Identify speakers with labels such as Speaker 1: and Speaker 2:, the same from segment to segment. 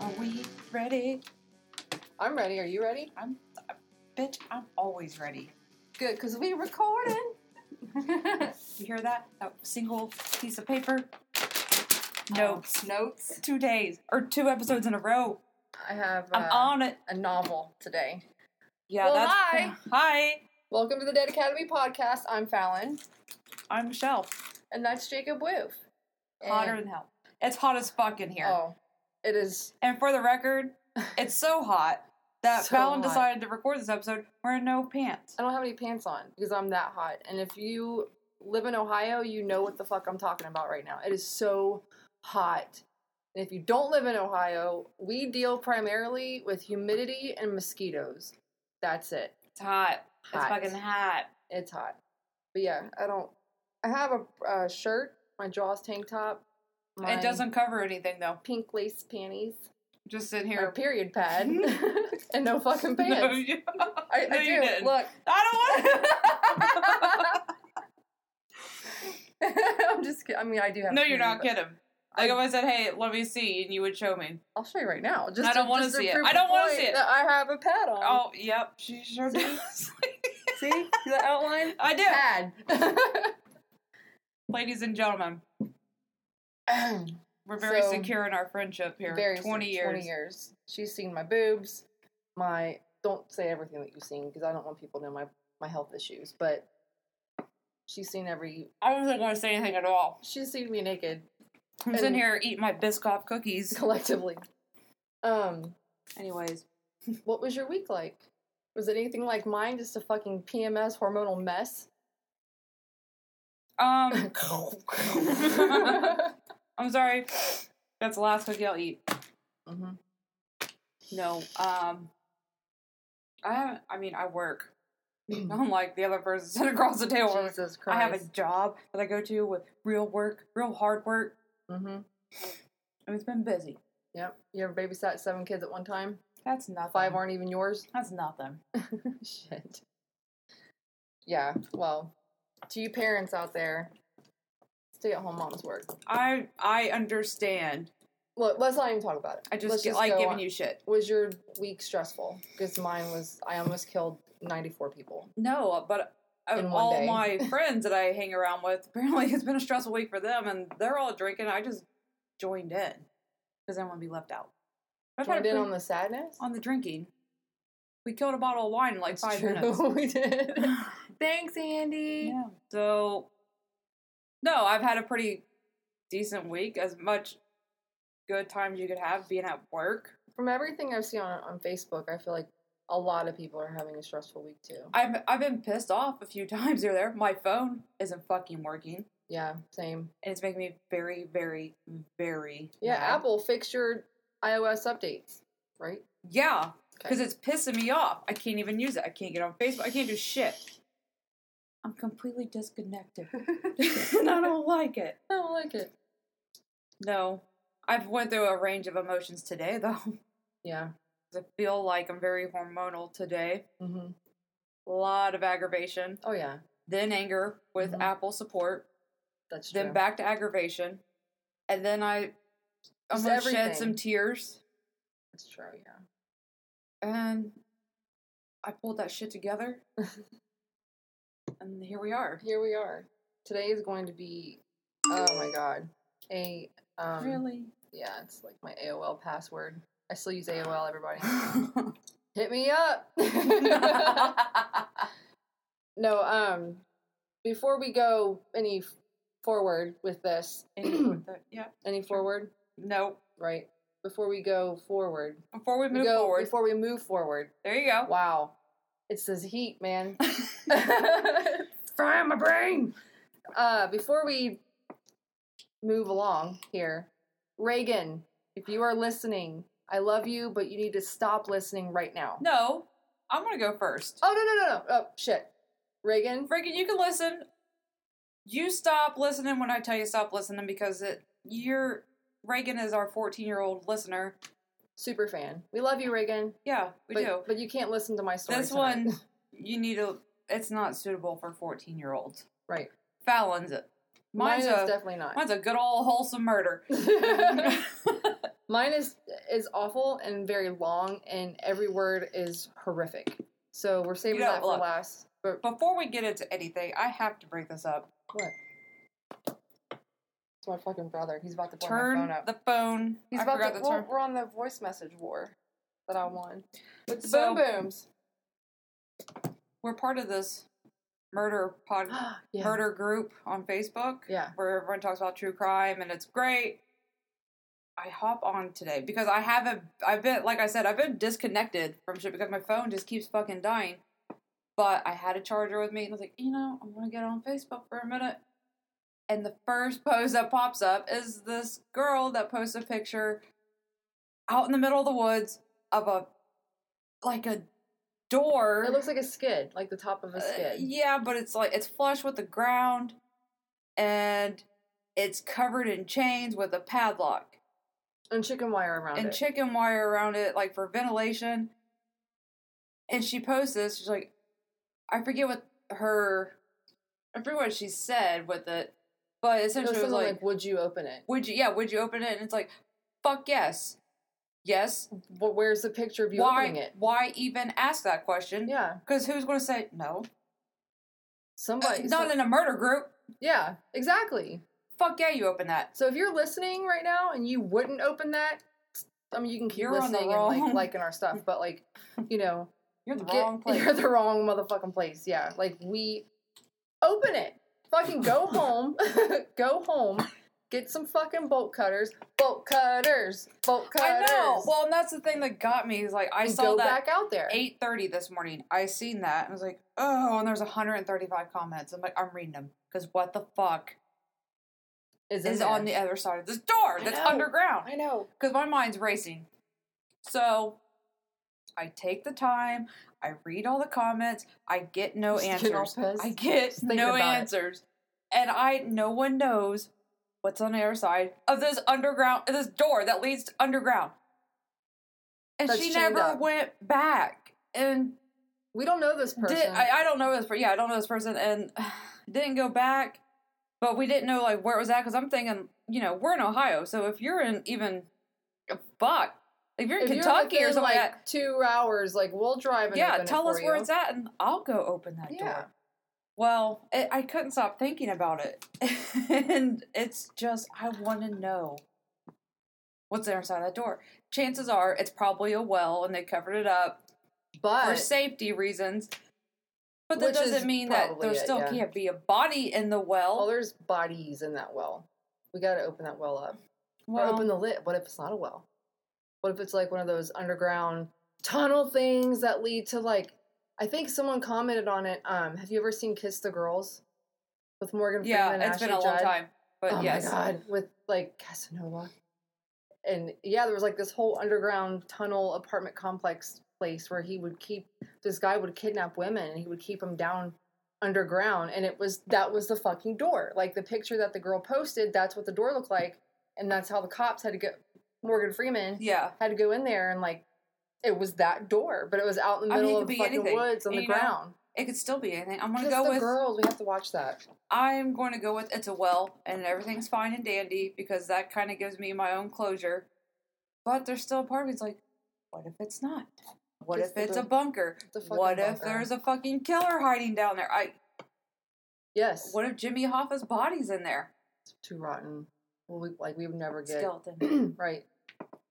Speaker 1: Are we ready?
Speaker 2: I'm ready. Are you ready?
Speaker 1: I'm, bitch, I'm always ready.
Speaker 2: Good, because we recording.
Speaker 1: You hear that? That single piece of paper?
Speaker 2: Oh.
Speaker 1: Notes.
Speaker 2: Um, Notes.
Speaker 1: Two days or two episodes in a row.
Speaker 2: I have uh,
Speaker 1: I'm on it.
Speaker 2: a novel today.
Speaker 1: Yeah,
Speaker 2: well,
Speaker 1: that's.
Speaker 2: hi.
Speaker 1: Hi.
Speaker 2: Welcome to the Dead Academy podcast. I'm Fallon,
Speaker 1: I'm Michelle.
Speaker 2: and that's Jacob Woof.
Speaker 1: Hotter than hell. It's hot as fuck in here.
Speaker 2: Eh. Oh, it is.
Speaker 1: And for the record, it's so hot that
Speaker 2: So
Speaker 1: Fallon
Speaker 2: hot.
Speaker 1: decided to record this episode wearing no pants.
Speaker 2: I don't have any pants on because I'm that hot. And if you live in Ohio, you know what the fuck I'm talking about right now. It is so hot. And if you don't live in Ohio, we deal primarily with humidity and mosquitoes. That's it.
Speaker 1: It's hot.
Speaker 2: Hot.
Speaker 1: It's fucking hot.
Speaker 2: it's hot. But yeah, I don't. I have a uh, shirt, my Jaws tank top, my
Speaker 1: It doesn't cover anything though.
Speaker 2: pink lace panties,
Speaker 1: Just sit
Speaker 2: or
Speaker 1: here.
Speaker 2: a period pad, and no fucking pants.
Speaker 1: No, you-
Speaker 2: I,
Speaker 1: no,
Speaker 2: I
Speaker 1: you
Speaker 2: do.
Speaker 1: didn't.
Speaker 2: Look,
Speaker 1: I don't want to.
Speaker 2: I'm just. Kid- I mean, I do have.
Speaker 1: No,
Speaker 2: a
Speaker 1: you're
Speaker 2: period,
Speaker 1: not
Speaker 2: but
Speaker 1: kidding.
Speaker 2: I-
Speaker 1: Like if I said, "Hey, let me see," and you would show me.
Speaker 2: I'll show you right now. Just
Speaker 1: I don't
Speaker 2: to-
Speaker 1: wanna
Speaker 2: just to
Speaker 1: see it.
Speaker 2: prove
Speaker 1: I don't
Speaker 2: the
Speaker 1: wanna
Speaker 2: point
Speaker 1: see it.
Speaker 2: That I have a pad on.
Speaker 1: Oh, yep, she sure did.
Speaker 2: see, see that outline?
Speaker 1: I do,
Speaker 2: Pad.
Speaker 1: ladies and gentlemen. We're very
Speaker 2: So,
Speaker 1: secure in our friendship here.
Speaker 2: Very soon,
Speaker 1: Twenty years.
Speaker 2: Twenty years. She's seen my boobs. My don't say everything that you've seen because I don't want people to know my my health issues. But she's seen every.
Speaker 1: I wasn't going to say anything at all.
Speaker 2: She's seen me naked
Speaker 1: I'm
Speaker 2: And-
Speaker 1: sitting here eating my Biscoff cookies.
Speaker 2: collectively. Um,
Speaker 1: Anyways,
Speaker 2: what was your week like? Was it anything like mine? Just a fucking PMS hormonal mess. Mm-hmm.
Speaker 1: um, I'm sorry. That's the last cookie I'll eat.
Speaker 2: Mhm.
Speaker 1: No, um, I haven't. I mean, I work. Unlike the other person sitting across the table,
Speaker 2: Jesus Christ.
Speaker 1: I have a job that I go to with real work, real hard work,
Speaker 2: Mm-hmm.
Speaker 1: and it's been busy.
Speaker 2: Yep. You ever babysat seven kids at one time?
Speaker 1: That's nothing.
Speaker 2: Five aren't even yours.
Speaker 1: That's nothing.
Speaker 2: Shit. Yeah, well, to you parents out there, stay at home moms work.
Speaker 1: I I understand.
Speaker 2: Look, let's not even talk about it.
Speaker 1: I just
Speaker 2: Let's
Speaker 1: get, like
Speaker 2: go
Speaker 1: giving
Speaker 2: on.
Speaker 1: you shit.
Speaker 2: Was your week stressful? Because mine was, I almost killed 94 people.
Speaker 1: No, but uh,
Speaker 2: In one
Speaker 1: all
Speaker 2: day.
Speaker 1: my friends that I hang around with apparently it's been a stressful week for them, and they're all drinking. I just joined in because I want to be left out. I've had a
Speaker 2: Joined in
Speaker 1: pretty-
Speaker 2: on the sadness?
Speaker 1: on the drinking. We killed a bottle of wine in like
Speaker 2: It's
Speaker 1: five
Speaker 2: true,
Speaker 1: minutes.
Speaker 2: we did. Thanks, Andy.
Speaker 1: Yeah. So, no, I've had a pretty decent week. As much good times you could have being at work.
Speaker 2: From everything I've seen on, on Facebook, I feel like a lot of people are having a stressful week too.
Speaker 1: I've I've been pissed off a few times here or there. My phone isn't fucking working,
Speaker 2: yeah, same.
Speaker 1: and it's making me very, very, very
Speaker 2: Yeah,
Speaker 1: mad.
Speaker 2: Apple fixed your iOS updates, right?
Speaker 1: yeah,
Speaker 2: Okay.
Speaker 1: because it's pissing me off. I can't even use it. I can't get on Facebook. I can't do shit. I'm completely disconnected, and I don't like it.
Speaker 2: I don't like it.
Speaker 1: No, I've went through a range of emotions today though.
Speaker 2: Yeah.
Speaker 1: I feel like I'm very hormonal today.
Speaker 2: hmm
Speaker 1: A lot of aggravation,
Speaker 2: Oh yeah,
Speaker 1: then anger with
Speaker 2: Mhm.
Speaker 1: Apple support,
Speaker 2: that's true.
Speaker 1: then back to aggravation, and then I
Speaker 2: Just
Speaker 1: almost shed
Speaker 2: everything.
Speaker 1: some tears,
Speaker 2: that's true. Yeah.
Speaker 1: and I pulled that shit together, and here we are.
Speaker 2: Here we are. Today is going to be. Oh my god. A. Um,
Speaker 1: really?
Speaker 2: Yeah, it's like my AOL password. I still use AOL. Everybody, hit me up. no. Um. Before we go any f- forward with this,
Speaker 1: And with the- yeah.
Speaker 2: any forward,
Speaker 1: No.
Speaker 2: right? Before we go forward,
Speaker 1: Before we
Speaker 2: we
Speaker 1: move
Speaker 2: go-
Speaker 1: forward,
Speaker 2: Before we move forward,
Speaker 1: there you go.
Speaker 2: Wow. It's this heat, man. Frying my brain. Uh, before we move along here, Reagan, if you are listening, I love you, but you need to stop listening right now.
Speaker 1: No, I'm gonna go first.
Speaker 2: Oh no no no no! Oh shit, Reagan.
Speaker 1: Freaking, you can listen. You stop listening when I tell you stop listening because it you're Reagan is our 14 year old listener.
Speaker 2: Super fan. We love you, Reagan.
Speaker 1: Yeah, we
Speaker 2: but,
Speaker 1: do.
Speaker 2: But you can't listen to my story.
Speaker 1: This
Speaker 2: tonight.
Speaker 1: one you need to it's not suitable for 14 year olds.
Speaker 2: Right.
Speaker 1: Fallon's it.
Speaker 2: Mine
Speaker 1: Mine's
Speaker 2: is
Speaker 1: a-
Speaker 2: definitely not.
Speaker 1: Mine's a good old wholesome murder.
Speaker 2: Mine is is awful and very long, and every word is horrific. So we're saving
Speaker 1: You know,
Speaker 2: that for
Speaker 1: look.
Speaker 2: last. But
Speaker 1: Before we get into anything, I have to bring this up.
Speaker 2: what? It's my fucking brother. He's about to blow my
Speaker 1: Turn
Speaker 2: phone up.
Speaker 1: the phone.
Speaker 2: He's
Speaker 1: I
Speaker 2: about
Speaker 1: forgot
Speaker 2: to.
Speaker 1: the
Speaker 2: well,
Speaker 1: turn.
Speaker 2: we're on the voice message war that I won with the
Speaker 1: So-
Speaker 2: boom booms.
Speaker 1: We're part of this murder pod
Speaker 2: yeah.
Speaker 1: murder group on Facebook.
Speaker 2: Yeah.
Speaker 1: where everyone talks about true crime and it's great. I hop on today because I haven't. I've been like I said, I've been disconnected from shit because my phone just keeps fucking dying. But I had a charger with me, and I was like, you know, I'm gonna get on Facebook for a minute. And the first post that pops up is this girl that posts a picture out in the middle of the woods of a like a door.
Speaker 2: It looks like a skid, like the top of a
Speaker 1: Uh,
Speaker 2: skid.
Speaker 1: yeah, but it's like it's flush with the ground, and it's covered in chains with a padlock
Speaker 2: and chicken wire around
Speaker 1: and
Speaker 2: it.
Speaker 1: chicken wire around it, like for ventilation. And she posts this. She's like, I forget what her, I forget what she said with it, but
Speaker 2: it was
Speaker 1: essentially it was
Speaker 2: something like,
Speaker 1: like,
Speaker 2: would you open it?
Speaker 1: would you? Yeah, would you open it? And it's like, fuck yes, yes.
Speaker 2: Well, where's the picture of you
Speaker 1: Why?
Speaker 2: opening it?
Speaker 1: Why even ask that question?
Speaker 2: Yeah,
Speaker 1: Because who's going to say no?
Speaker 2: somebody.
Speaker 1: Uh, Not
Speaker 2: so-
Speaker 1: in a murder group.
Speaker 2: yeah, exactly.
Speaker 1: Fuck yeah, you open that.
Speaker 2: So if you're listening right now and you wouldn't open that, I mean you can keep
Speaker 1: You're on the
Speaker 2: listening and like
Speaker 1: wrong-
Speaker 2: liking our stuff, but like you know,
Speaker 1: You're the
Speaker 2: get-
Speaker 1: wrong place.
Speaker 2: you're the wrong motherfucking place. Yeah, like we open it. Fucking go home, go home, get some fucking bolt cutters, bolt cutters, bolt
Speaker 1: I
Speaker 2: cutters.
Speaker 1: know. Well, and that's the thing that got me is like I
Speaker 2: and
Speaker 1: saw
Speaker 2: go
Speaker 1: that
Speaker 2: back out there.
Speaker 1: eight thirty this morning. I seen that and was like, oh, and there's 135 comments. I'm like, I'm reading them because what the fuck
Speaker 2: is in
Speaker 1: is
Speaker 2: there.
Speaker 1: on the other side of this door
Speaker 2: I
Speaker 1: that's
Speaker 2: know.
Speaker 1: underground?
Speaker 2: I know.
Speaker 1: Because my mind's racing. So I take the time. I read all the comments. I get no
Speaker 2: Just getting all
Speaker 1: answers.
Speaker 2: pissed.
Speaker 1: I get
Speaker 2: Just thinking
Speaker 1: no
Speaker 2: about it.
Speaker 1: answers, and I no one knows what's on the other side of this underground, this door that leads to underground. And
Speaker 2: That's
Speaker 1: she
Speaker 2: chained
Speaker 1: never
Speaker 2: up.
Speaker 1: went back, and
Speaker 2: We don't know this person.
Speaker 1: did I, I don't know this, per yeah, I don't know this person, and didn't go back. But we didn't know like where it was at because I'm thinking, you know, we're in Ohio, so if you're in even, fuck, if you're in
Speaker 2: if
Speaker 1: Kentucky
Speaker 2: you're
Speaker 1: or
Speaker 2: within,
Speaker 1: something like,
Speaker 2: like two hours, like we'll
Speaker 1: that,
Speaker 2: drive. And
Speaker 1: yeah,
Speaker 2: open
Speaker 1: tell
Speaker 2: it
Speaker 1: us
Speaker 2: for
Speaker 1: where
Speaker 2: you.
Speaker 1: it's at, and I'll go open that
Speaker 2: Yeah.
Speaker 1: door. Well, it, I couldn't stop thinking about it. and it's just, I want to know what's there inside that door. Chances are it's probably a well and they covered it up
Speaker 2: But
Speaker 1: for safety reasons. But that
Speaker 2: Which is
Speaker 1: doesn't mean that
Speaker 2: probably
Speaker 1: there
Speaker 2: it,
Speaker 1: still
Speaker 2: yeah.
Speaker 1: can't be a body in the
Speaker 2: Well,
Speaker 1: well.
Speaker 2: there's bodies in that well. We gotta open that well up. or
Speaker 1: Well,
Speaker 2: open the lid. What if it's not a well? What if it's like one of those underground tunnel things that lead to like? I think someone commented on it. Um, have you ever seen Kiss the Girls with Morgan
Speaker 1: yeah,
Speaker 2: Freeman?
Speaker 1: it's
Speaker 2: Ashley
Speaker 1: been a long
Speaker 2: Judd?
Speaker 1: time. But
Speaker 2: oh
Speaker 1: yes.
Speaker 2: my god, with like Casanova, and yeah, there was like this whole underground tunnel apartment complex place where he would keep this guy would kidnap women and he would keep them down underground, and it was that was the fucking door. Like the picture that the girl posted, that's what the door looked like, and that's how the cops had to get Morgan Freeman
Speaker 1: Yeah.
Speaker 2: had to go in there and like it was that door, but it was out in the
Speaker 1: I mean, it could
Speaker 2: middle of the
Speaker 1: be
Speaker 2: fucking
Speaker 1: anything,
Speaker 2: woods on the
Speaker 1: you know?
Speaker 2: ground.
Speaker 1: It could still be anything. I'm going to
Speaker 2: Kiss
Speaker 1: go
Speaker 2: the
Speaker 1: with.
Speaker 2: girls, we have to watch that.
Speaker 1: I'm going to go with it's a well, and everything's fine and dandy because that kind of gives me my own closure. But there's still a part of me's like, what if it's not? What
Speaker 2: It's
Speaker 1: if
Speaker 2: the
Speaker 1: it's a
Speaker 2: bu-
Speaker 1: bunker?
Speaker 2: the fucking
Speaker 1: What if
Speaker 2: bunker.
Speaker 1: there's a fucking killer hiding down there? I
Speaker 2: Yes,
Speaker 1: what if Jimmy Hoffa's body's in there?
Speaker 2: It's too rotten. Well, we like we would never get
Speaker 1: Skeleton.
Speaker 2: right.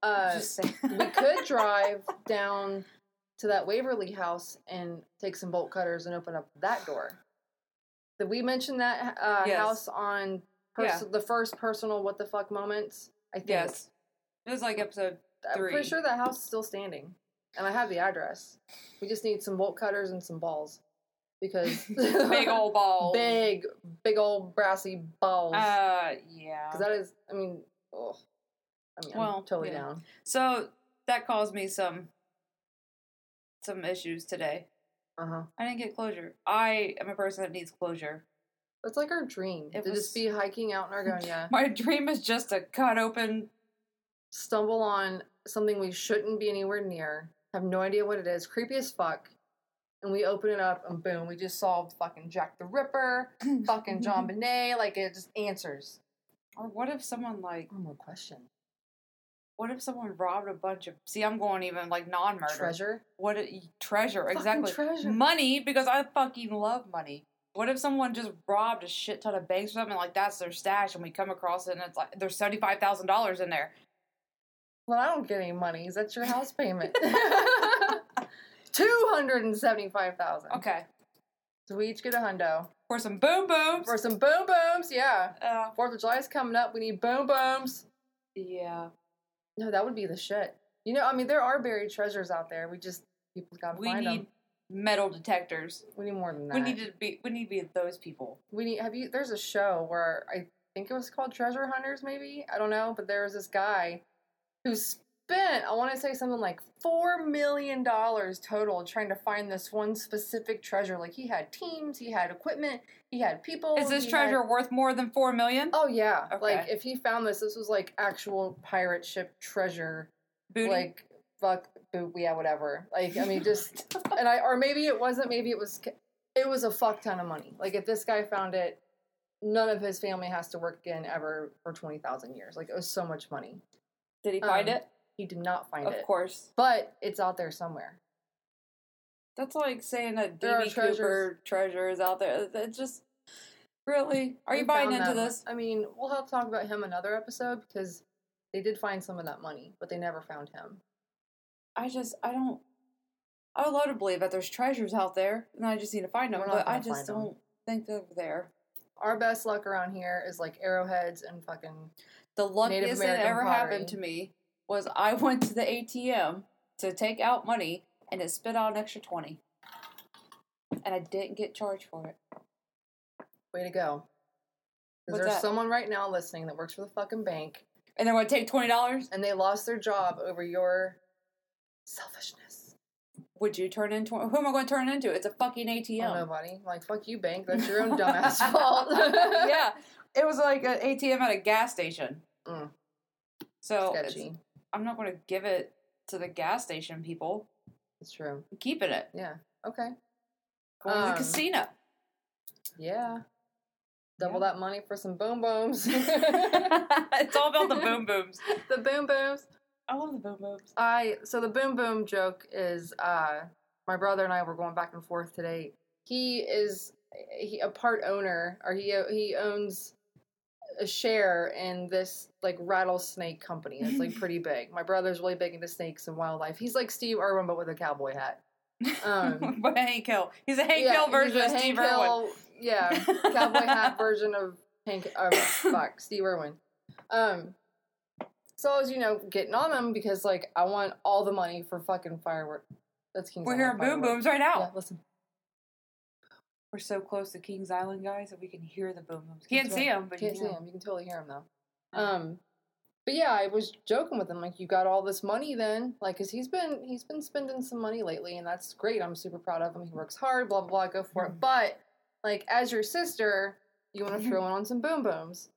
Speaker 2: Uh,
Speaker 1: Just saying.
Speaker 2: we could drive down to that Waverly house and take some bolt cutters and open up that door. Did we mention that uh,
Speaker 1: Yes.
Speaker 2: house on pers-
Speaker 1: Yeah.
Speaker 2: the first personal what the fuck moments? I think.
Speaker 1: yes. It was like episode
Speaker 2: I'm
Speaker 1: three.
Speaker 2: pretty sure that house is still standing, and I have the address. We just need some bolt cutters and some balls because
Speaker 1: big old ball.
Speaker 2: big big old brassy balls.
Speaker 1: Uh yeah.
Speaker 2: Because that is, I mean, ugh. I mean,
Speaker 1: Well,
Speaker 2: I'm totally
Speaker 1: yeah.
Speaker 2: down.
Speaker 1: So that caused me some some issues today.
Speaker 2: Uh huh.
Speaker 1: I didn't get closure. I am a person that needs closure.
Speaker 2: That's like our dream
Speaker 1: It
Speaker 2: to
Speaker 1: was-
Speaker 2: just be hiking out in Argonia,
Speaker 1: My dream is just to cut open.
Speaker 2: stumble on something we shouldn't be anywhere near, have no idea what it is, creepy as fuck, and we open it up and boom, we just solved fucking Jack the Ripper, fucking John Bonet. Like it just answers.
Speaker 1: Or what if someone like
Speaker 2: One more question.
Speaker 1: what if someone robbed a bunch of see I'm going even like non murder
Speaker 2: Treasure.
Speaker 1: What i- treasure
Speaker 2: Fucking
Speaker 1: exactly
Speaker 2: treasure.
Speaker 1: money because I fucking love money. What if someone just robbed a shit ton of banks or something like that's their stash and we come across it and it's like there's seventy five thousand dollars in there.
Speaker 2: Well, I don't get any money. Is that your house payment? Two hundred and seventy-five thousand.
Speaker 1: Okay,
Speaker 2: So we each get a hundo
Speaker 1: for some boom booms.
Speaker 2: for some boom booms. Yeah.
Speaker 1: uh,
Speaker 2: Fourth of July is coming up. We need boom booms.
Speaker 1: yeah,
Speaker 2: No, that would be the shit. You know, I mean, there are buried treasures out there. We just people gotta
Speaker 1: we
Speaker 2: find
Speaker 1: need
Speaker 2: them.
Speaker 1: metal detectors.
Speaker 2: We need more than that.
Speaker 1: We need to be we need to be those people.
Speaker 2: we need have you there's a show where i think it was called treasure hunters maybe i don't know but there was this guy who spent i want to say something like four million dollars total trying to find this one specific treasure like he had teams he had equipment he had people
Speaker 1: Is this
Speaker 2: he had-
Speaker 1: treasure worth more than four million?
Speaker 2: oh yeah
Speaker 1: Okay.
Speaker 2: like if he found this this was like actual pirate ship treasure
Speaker 1: Booty.
Speaker 2: like fuck boo, yeah whatever like i mean just and i or maybe it wasn't maybe it was it was a fuck ton of money like if this guy found it none of his family has to work again ever for 20000 years like it was so much money
Speaker 1: Did he find
Speaker 2: um,
Speaker 1: it?
Speaker 2: he did not find
Speaker 1: Of
Speaker 2: it
Speaker 1: course.
Speaker 2: but it's out there somewhere
Speaker 1: That's like saying that
Speaker 2: There are
Speaker 1: DB Cooper
Speaker 2: treasures.
Speaker 1: treasure is out there. It's just really. Are you
Speaker 2: We
Speaker 1: buying
Speaker 2: found
Speaker 1: into
Speaker 2: that mon-
Speaker 1: this?
Speaker 2: i mean we'll have to talk about him another episode because they did find some of that money but they never found him
Speaker 1: I just I don't. I would love to believe that there's treasures out there, and I just need to find them.
Speaker 2: We're not
Speaker 1: But I
Speaker 2: gonna
Speaker 1: just
Speaker 2: find 'em.
Speaker 1: don't think they're there.
Speaker 2: our best luck around here is like arrowheads and fucking
Speaker 1: The luckiest that
Speaker 2: American
Speaker 1: ever
Speaker 2: pottery.
Speaker 1: happened to me was I went to the ATM to take out money, and it spit out an extra twenty, and I didn't get charged for it.
Speaker 2: way to go
Speaker 1: What's
Speaker 2: because there's
Speaker 1: that?
Speaker 2: someone right now listening that works for the fucking bank
Speaker 1: And they're gonna take twenty dollars.
Speaker 2: and they lost their job over your selfishness.
Speaker 1: Would you turn into who am I going to turn into? It's a fucking ATM.
Speaker 2: Oh, nobody. Like, fuck you, bank. That's your own dumbass fault.
Speaker 1: yeah, it was like an ATM at a gas station.
Speaker 2: Mm.
Speaker 1: So it's-
Speaker 2: Sketchy.
Speaker 1: I'm not going to give it to the gas station people.
Speaker 2: It's true.
Speaker 1: I'm keeping it.
Speaker 2: Yeah. Okay.
Speaker 1: Going to the
Speaker 2: Um,
Speaker 1: casino.
Speaker 2: Yeah. Double that money for some boom booms. the
Speaker 1: it's all about the boom booms.
Speaker 2: boom booms.
Speaker 1: I love the boom booms.
Speaker 2: I so the boom boom joke is uh my brother and I were going back and forth today. He is he, a part owner or he he owns a share in this like rattlesnake company. It's like pretty big. My brother's really big into snakes and wildlife. He's like Steve Irwin but with a cowboy hat. Um,
Speaker 1: but Hank Hill. He's a Hank
Speaker 2: Yeah,
Speaker 1: Hill
Speaker 2: he's
Speaker 1: version
Speaker 2: a
Speaker 1: of Steve
Speaker 2: Hank
Speaker 1: Irwin.
Speaker 2: Hill- Yeah, cowboy hat version of Hank. Oh fuck, Steve Irwin. Um, so I was, you know, getting on him because like I want all the money for fucking firework. That's King's
Speaker 1: We're
Speaker 2: Island
Speaker 1: hearing boom booms
Speaker 2: fireworks.
Speaker 1: right now.
Speaker 2: Yeah, listen.
Speaker 1: We're so close to Kings Island, guys, that we can hear the boom booms. Can't
Speaker 2: That's
Speaker 1: see them, but
Speaker 2: Can't
Speaker 1: you
Speaker 2: see
Speaker 1: can.
Speaker 2: him. You can totally hear him though. Um, but yeah, I was joking with him like, you got all this money then, like, cause he's been he's been spending some money lately, and that's great. I'm super proud of him. He works hard. Blah blah blah. Go for
Speaker 1: Hmm.
Speaker 2: it. But like, as your sister, you
Speaker 1: Mm-hmm.
Speaker 2: want to throw in on some boom booms.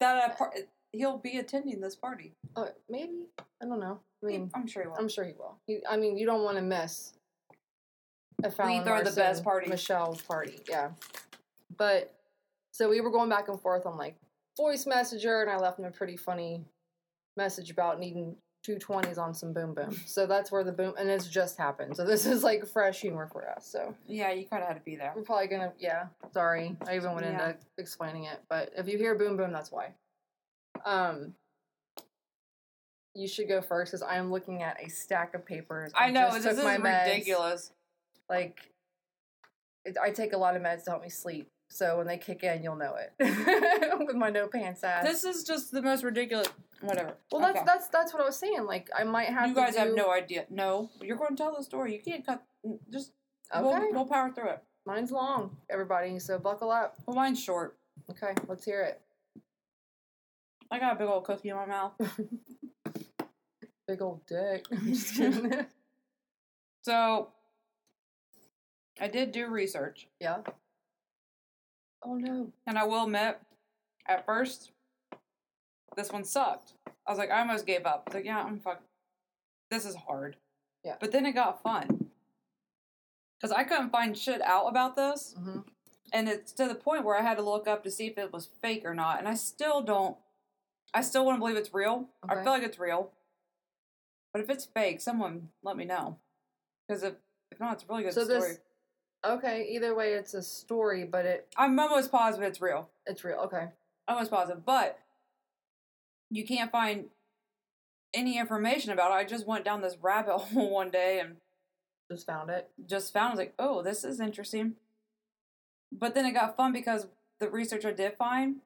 Speaker 1: That uh, par- he'll be attending this party.
Speaker 2: Uh, maybe I don't know. I mean,
Speaker 1: I'm sure he will.
Speaker 2: I'm sure he will. He, I mean, you don't want to miss a Fallon
Speaker 1: throw the
Speaker 2: Larson,
Speaker 1: best party.
Speaker 2: Michelle's party. Yeah, but so we were going back and forth on like voice messenger, and I left him a pretty funny message about needing two twenties on some boom boom. So that's where the boom, and it's just happened. So this is like fresh humor for us. So
Speaker 1: Yeah, you kind of had to be there.
Speaker 2: we're probably gonna, yeah. Sorry, I even went
Speaker 1: Yeah.
Speaker 2: into explaining it, but if you hear boom boom, that's why. Um, you should go first because I am looking at a stack of papers.
Speaker 1: I know this
Speaker 2: just took
Speaker 1: is
Speaker 2: my meds.
Speaker 1: ridiculous.
Speaker 2: Like, it, I take a lot of meds to help me sleep, so when they kick in, you'll know it with my no pants ass.
Speaker 1: This is just the most ridiculous. Whatever.
Speaker 2: well, that's
Speaker 1: Okay.
Speaker 2: that's that's what I was saying. Like, I might have
Speaker 1: you
Speaker 2: to
Speaker 1: guys
Speaker 2: do-
Speaker 1: have no idea. No, you're going to tell the story. You can't cut. Just
Speaker 2: Okay,
Speaker 1: we'll, we'll power through it.
Speaker 2: mine's long, everybody. So buckle up.
Speaker 1: Well, mine's short.
Speaker 2: Okay, let's hear it.
Speaker 1: I got a big old cookie in my mouth.
Speaker 2: Big old dick. I'm just kidding.
Speaker 1: So I did do research,
Speaker 2: Yeah. Oh no.
Speaker 1: and I will admit, at first, this one sucked. I was like, I almost gave up. I was like, yeah, I'm fuck. This is hard.
Speaker 2: Yeah.
Speaker 1: But then it got fun. because I couldn't find shit out about this,
Speaker 2: Mhm.
Speaker 1: and it's to the point where I had to look up to see if it was fake or not, and I still don't. I still want to believe it's real. I
Speaker 2: Okay.
Speaker 1: feel like it's real, but if it's fake, someone let me know, because if if not, it's a really good
Speaker 2: So
Speaker 1: story.
Speaker 2: this, okay. Either way, it's a story, but it
Speaker 1: I'm almost positive it's real.
Speaker 2: it's real. Okay.
Speaker 1: Almost positive, but you can't find any information about it. I just went down this rabbit hole one day and
Speaker 2: Just found it.
Speaker 1: just found I was like, oh, this is interesting. But then it got fun because the research I did find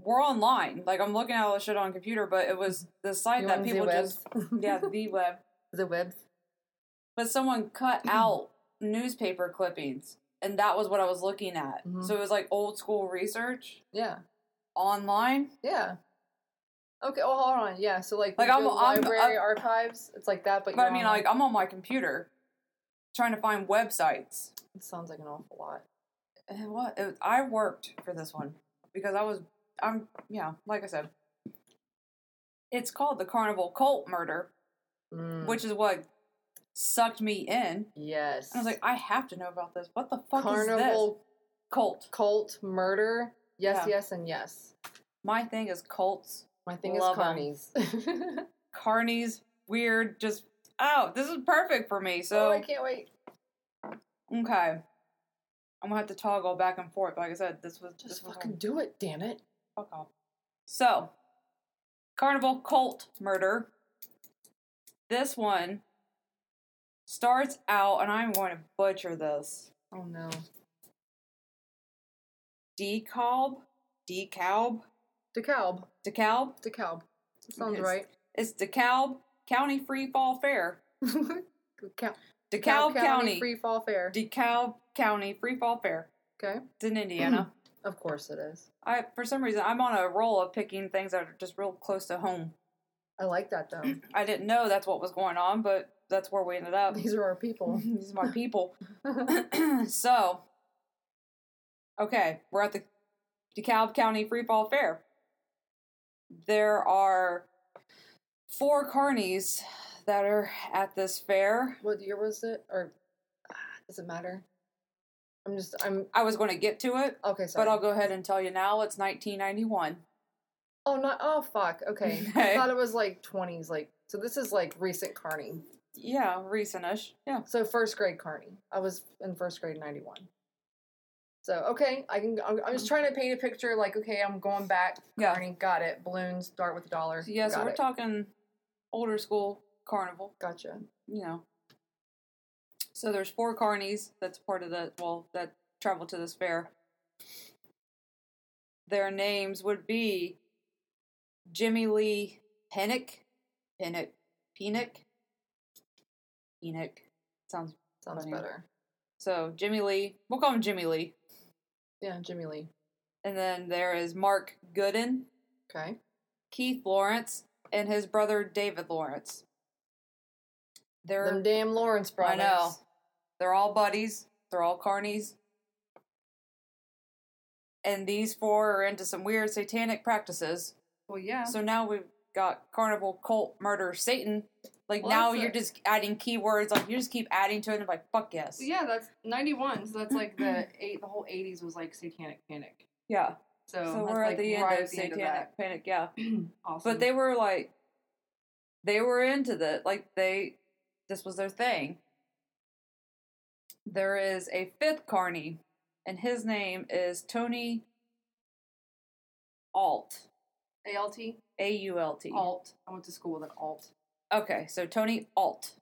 Speaker 1: were online. Like I'm looking at all this shit on computer, but it was the site
Speaker 2: You
Speaker 1: that
Speaker 2: want
Speaker 1: people
Speaker 2: Z-Webs?
Speaker 1: just yeah the web.
Speaker 2: the webs.
Speaker 1: But someone cut out newspaper clippings, and that was what I was looking at.
Speaker 2: Mhm.
Speaker 1: So it was like old school research
Speaker 2: Yeah.
Speaker 1: online.
Speaker 2: Yeah. Okay. Well, hold on. Yeah. So like,
Speaker 1: Like,
Speaker 2: you
Speaker 1: I'm-
Speaker 2: go
Speaker 1: I'm-
Speaker 2: library
Speaker 1: I'm-
Speaker 2: archives. It's like that, but,
Speaker 1: But I
Speaker 2: you're
Speaker 1: mean,
Speaker 2: online.
Speaker 1: like I'm on my computer trying to find websites.
Speaker 2: it sounds like an awful lot.
Speaker 1: It was, it was, I worked for this one because I was, I'm, yeah, like I said, it's called the Carnival Cult Murder,
Speaker 2: Mm,
Speaker 1: which is what sucked me in. And
Speaker 2: yes.
Speaker 1: I was like, I have to know about this. What the fuck is this?
Speaker 2: carnival
Speaker 1: Cult.
Speaker 2: cult murder. Yes,
Speaker 1: Yeah.
Speaker 2: yes, and yes.
Speaker 1: My thing is cults,
Speaker 2: My thing
Speaker 1: Love
Speaker 2: is
Speaker 1: 'em.
Speaker 2: carnies. Oh,
Speaker 1: carnies, weird, just, oh, this is perfect for me.
Speaker 2: oh, I
Speaker 1: So,
Speaker 2: can't wait.
Speaker 1: okay. I'm gonna have to toggle back and forth. Like I said, this was this
Speaker 2: Just
Speaker 1: was
Speaker 2: fucking do it. Damn it.
Speaker 1: Fuck off. So, Carnival Cult Murder. This one starts out, and I'm going to butcher this.
Speaker 2: Oh no.
Speaker 1: Decalb? Decalb?
Speaker 2: DeKalb.
Speaker 1: Decalb?
Speaker 2: DeKalb. That sounds
Speaker 1: Yes.
Speaker 2: right.
Speaker 1: It's DeKalb County Free Fall Fair.
Speaker 2: DeKalb,
Speaker 1: DeKalb County.
Speaker 2: Free Fall Fair.
Speaker 1: DeKalb County Free Fall Fair.
Speaker 2: okay.
Speaker 1: It's in Indiana.
Speaker 2: Of course it is.
Speaker 1: I for some reason I'm on a roll of picking things that are just real close to home.
Speaker 2: I like that though.
Speaker 1: I didn't know that's what was going on, but that's where we ended up.
Speaker 2: These are our people.
Speaker 1: These are my people. so, okay, we're at the DeKalb County Free Fall Fair. There are four carnies that are at this fair.
Speaker 2: what year was it? Or ah, does it matter? I'm just I'm
Speaker 1: I was going to get to it,
Speaker 2: okay. Sorry.
Speaker 1: but I'll go ahead and tell you now it's 1991.
Speaker 2: oh not oh fuck. Okay.
Speaker 1: Okay.
Speaker 2: I thought it was like 20s. Like so this is like recent Carney.
Speaker 1: Yeah, recentish. Yeah.
Speaker 2: So first grade Carney. I was in first grade in 91. So okay, I can. I'm, I'm just trying to paint a picture. Like okay, I'm going back.
Speaker 1: Yeah.
Speaker 2: Carney, got it. Balloons start with a dollar.
Speaker 1: So, yeah, so
Speaker 2: Got
Speaker 1: we're
Speaker 2: it.
Speaker 1: talking older school carnival,
Speaker 2: Gotcha.
Speaker 1: you know. So there's four carnies that's part of the, well, that travel to this fair. their names would be Jimmy Lee Pennick. Pennick. Pennick. Pennick. Sounds
Speaker 2: Sounds
Speaker 1: Funny.
Speaker 2: better.
Speaker 1: so Jimmy Lee. We'll call him Jimmy Lee.
Speaker 2: Yeah, Jimmy Lee.
Speaker 1: And then there is Mark Gooden,
Speaker 2: Okay.
Speaker 1: Keith Lawrence, and his brother David Lawrence. They're
Speaker 2: Them damn Lawrence brothers.
Speaker 1: I know. They're all buddies. They're all carnies. And these four are into some weird satanic practices.
Speaker 2: Well, yeah.
Speaker 1: So now we've got carnival, cult, murder, Satan. Like
Speaker 2: Well,
Speaker 1: now
Speaker 2: that's
Speaker 1: you're
Speaker 2: it.
Speaker 1: just adding keywords. Like you just keep adding to it. And I'm like, fuck yes.
Speaker 2: yeah, that's 91. So that's like the eight. The whole 80s was like Satanic Panic.
Speaker 1: Yeah.
Speaker 2: So,
Speaker 1: So
Speaker 2: that's
Speaker 1: we're
Speaker 2: like
Speaker 1: at the end
Speaker 2: right
Speaker 1: of
Speaker 2: the end
Speaker 1: satanic panic. Yeah.
Speaker 2: that. awesome.
Speaker 1: But they were like, they were into the like they, this was their thing. There is a fifth carney, and his name is Tony Alt.
Speaker 2: ALT
Speaker 1: A U L T.
Speaker 2: alt. I went to school with an alt.
Speaker 1: Okay, so Tony Alt.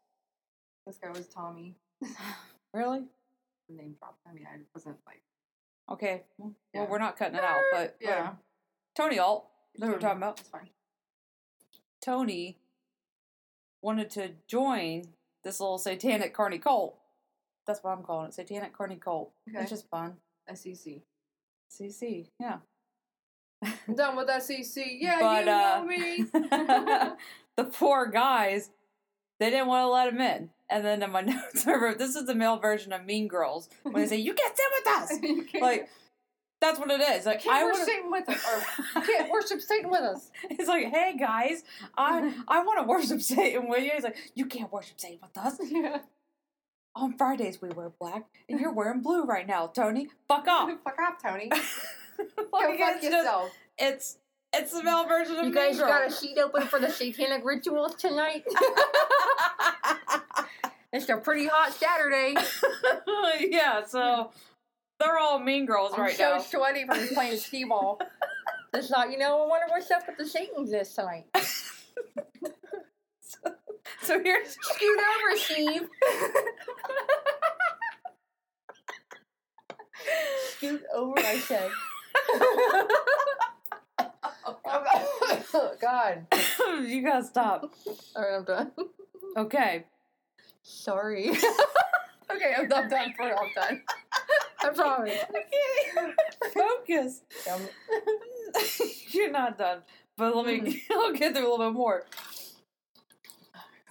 Speaker 2: This guy was Tommy.
Speaker 1: Really?
Speaker 2: The name dropped. I mean, I wasn't like
Speaker 1: Okay. Well,
Speaker 2: Yeah.
Speaker 1: we're not cutting it out, but
Speaker 2: yeah.
Speaker 1: whatever. Tony Alt. That's what we're talking about.
Speaker 2: It's fine.
Speaker 1: Tony wanted to join this little satanic carney cult. That's what I'm calling it, satanic carney cult.
Speaker 2: Okay.
Speaker 1: It's just fun.
Speaker 2: SEC.
Speaker 1: CC, yeah.
Speaker 2: I'm done with SEC. Yeah,
Speaker 1: But,
Speaker 2: you
Speaker 1: uh,
Speaker 2: know me.
Speaker 1: the poor guys, they didn't want to let him in. And then in my notes, I wrote, "This is the male version of Mean Girls." When they say, "You can't sit with us,"
Speaker 2: You can't-
Speaker 1: like that's what it is. Like
Speaker 2: can't
Speaker 1: I
Speaker 2: worship
Speaker 1: want.
Speaker 2: Satan with us. Or can't worship Satan with us.
Speaker 1: It's like, hey guys, I I want to worship Satan with you. He's like, you can't worship Satan with us.
Speaker 2: Yeah.
Speaker 1: On Fridays we wear black, and you're wearing blue right now, Tony. Fuck off.
Speaker 2: Fuck off, Tony.
Speaker 1: Like,
Speaker 2: Go fuck
Speaker 1: it's, just,
Speaker 2: yourself.
Speaker 1: it's it's the male version of
Speaker 3: You guys
Speaker 1: Mean
Speaker 3: got a
Speaker 1: Girls.
Speaker 3: sheet open for the satanic ritual tonight. it's a pretty hot Saturday.
Speaker 1: yeah, so they're all mean girls
Speaker 3: I'm
Speaker 1: right
Speaker 3: so
Speaker 1: now.
Speaker 3: sweaty from playing skee-ball. Just thought, you know, I wonder what's up with the Satans this tonight.
Speaker 1: So here's
Speaker 3: Scoot over, Steve. Scoot over, I said.
Speaker 2: Oh, God.
Speaker 1: you gotta stop.
Speaker 3: All right, I'm done.
Speaker 1: Okay.
Speaker 3: Sorry.
Speaker 2: Okay, I'm, I'm done for real. I'm done.
Speaker 3: I promise.
Speaker 1: Focus.
Speaker 2: Um,
Speaker 1: You're not done. But let me I'll get through a little bit more.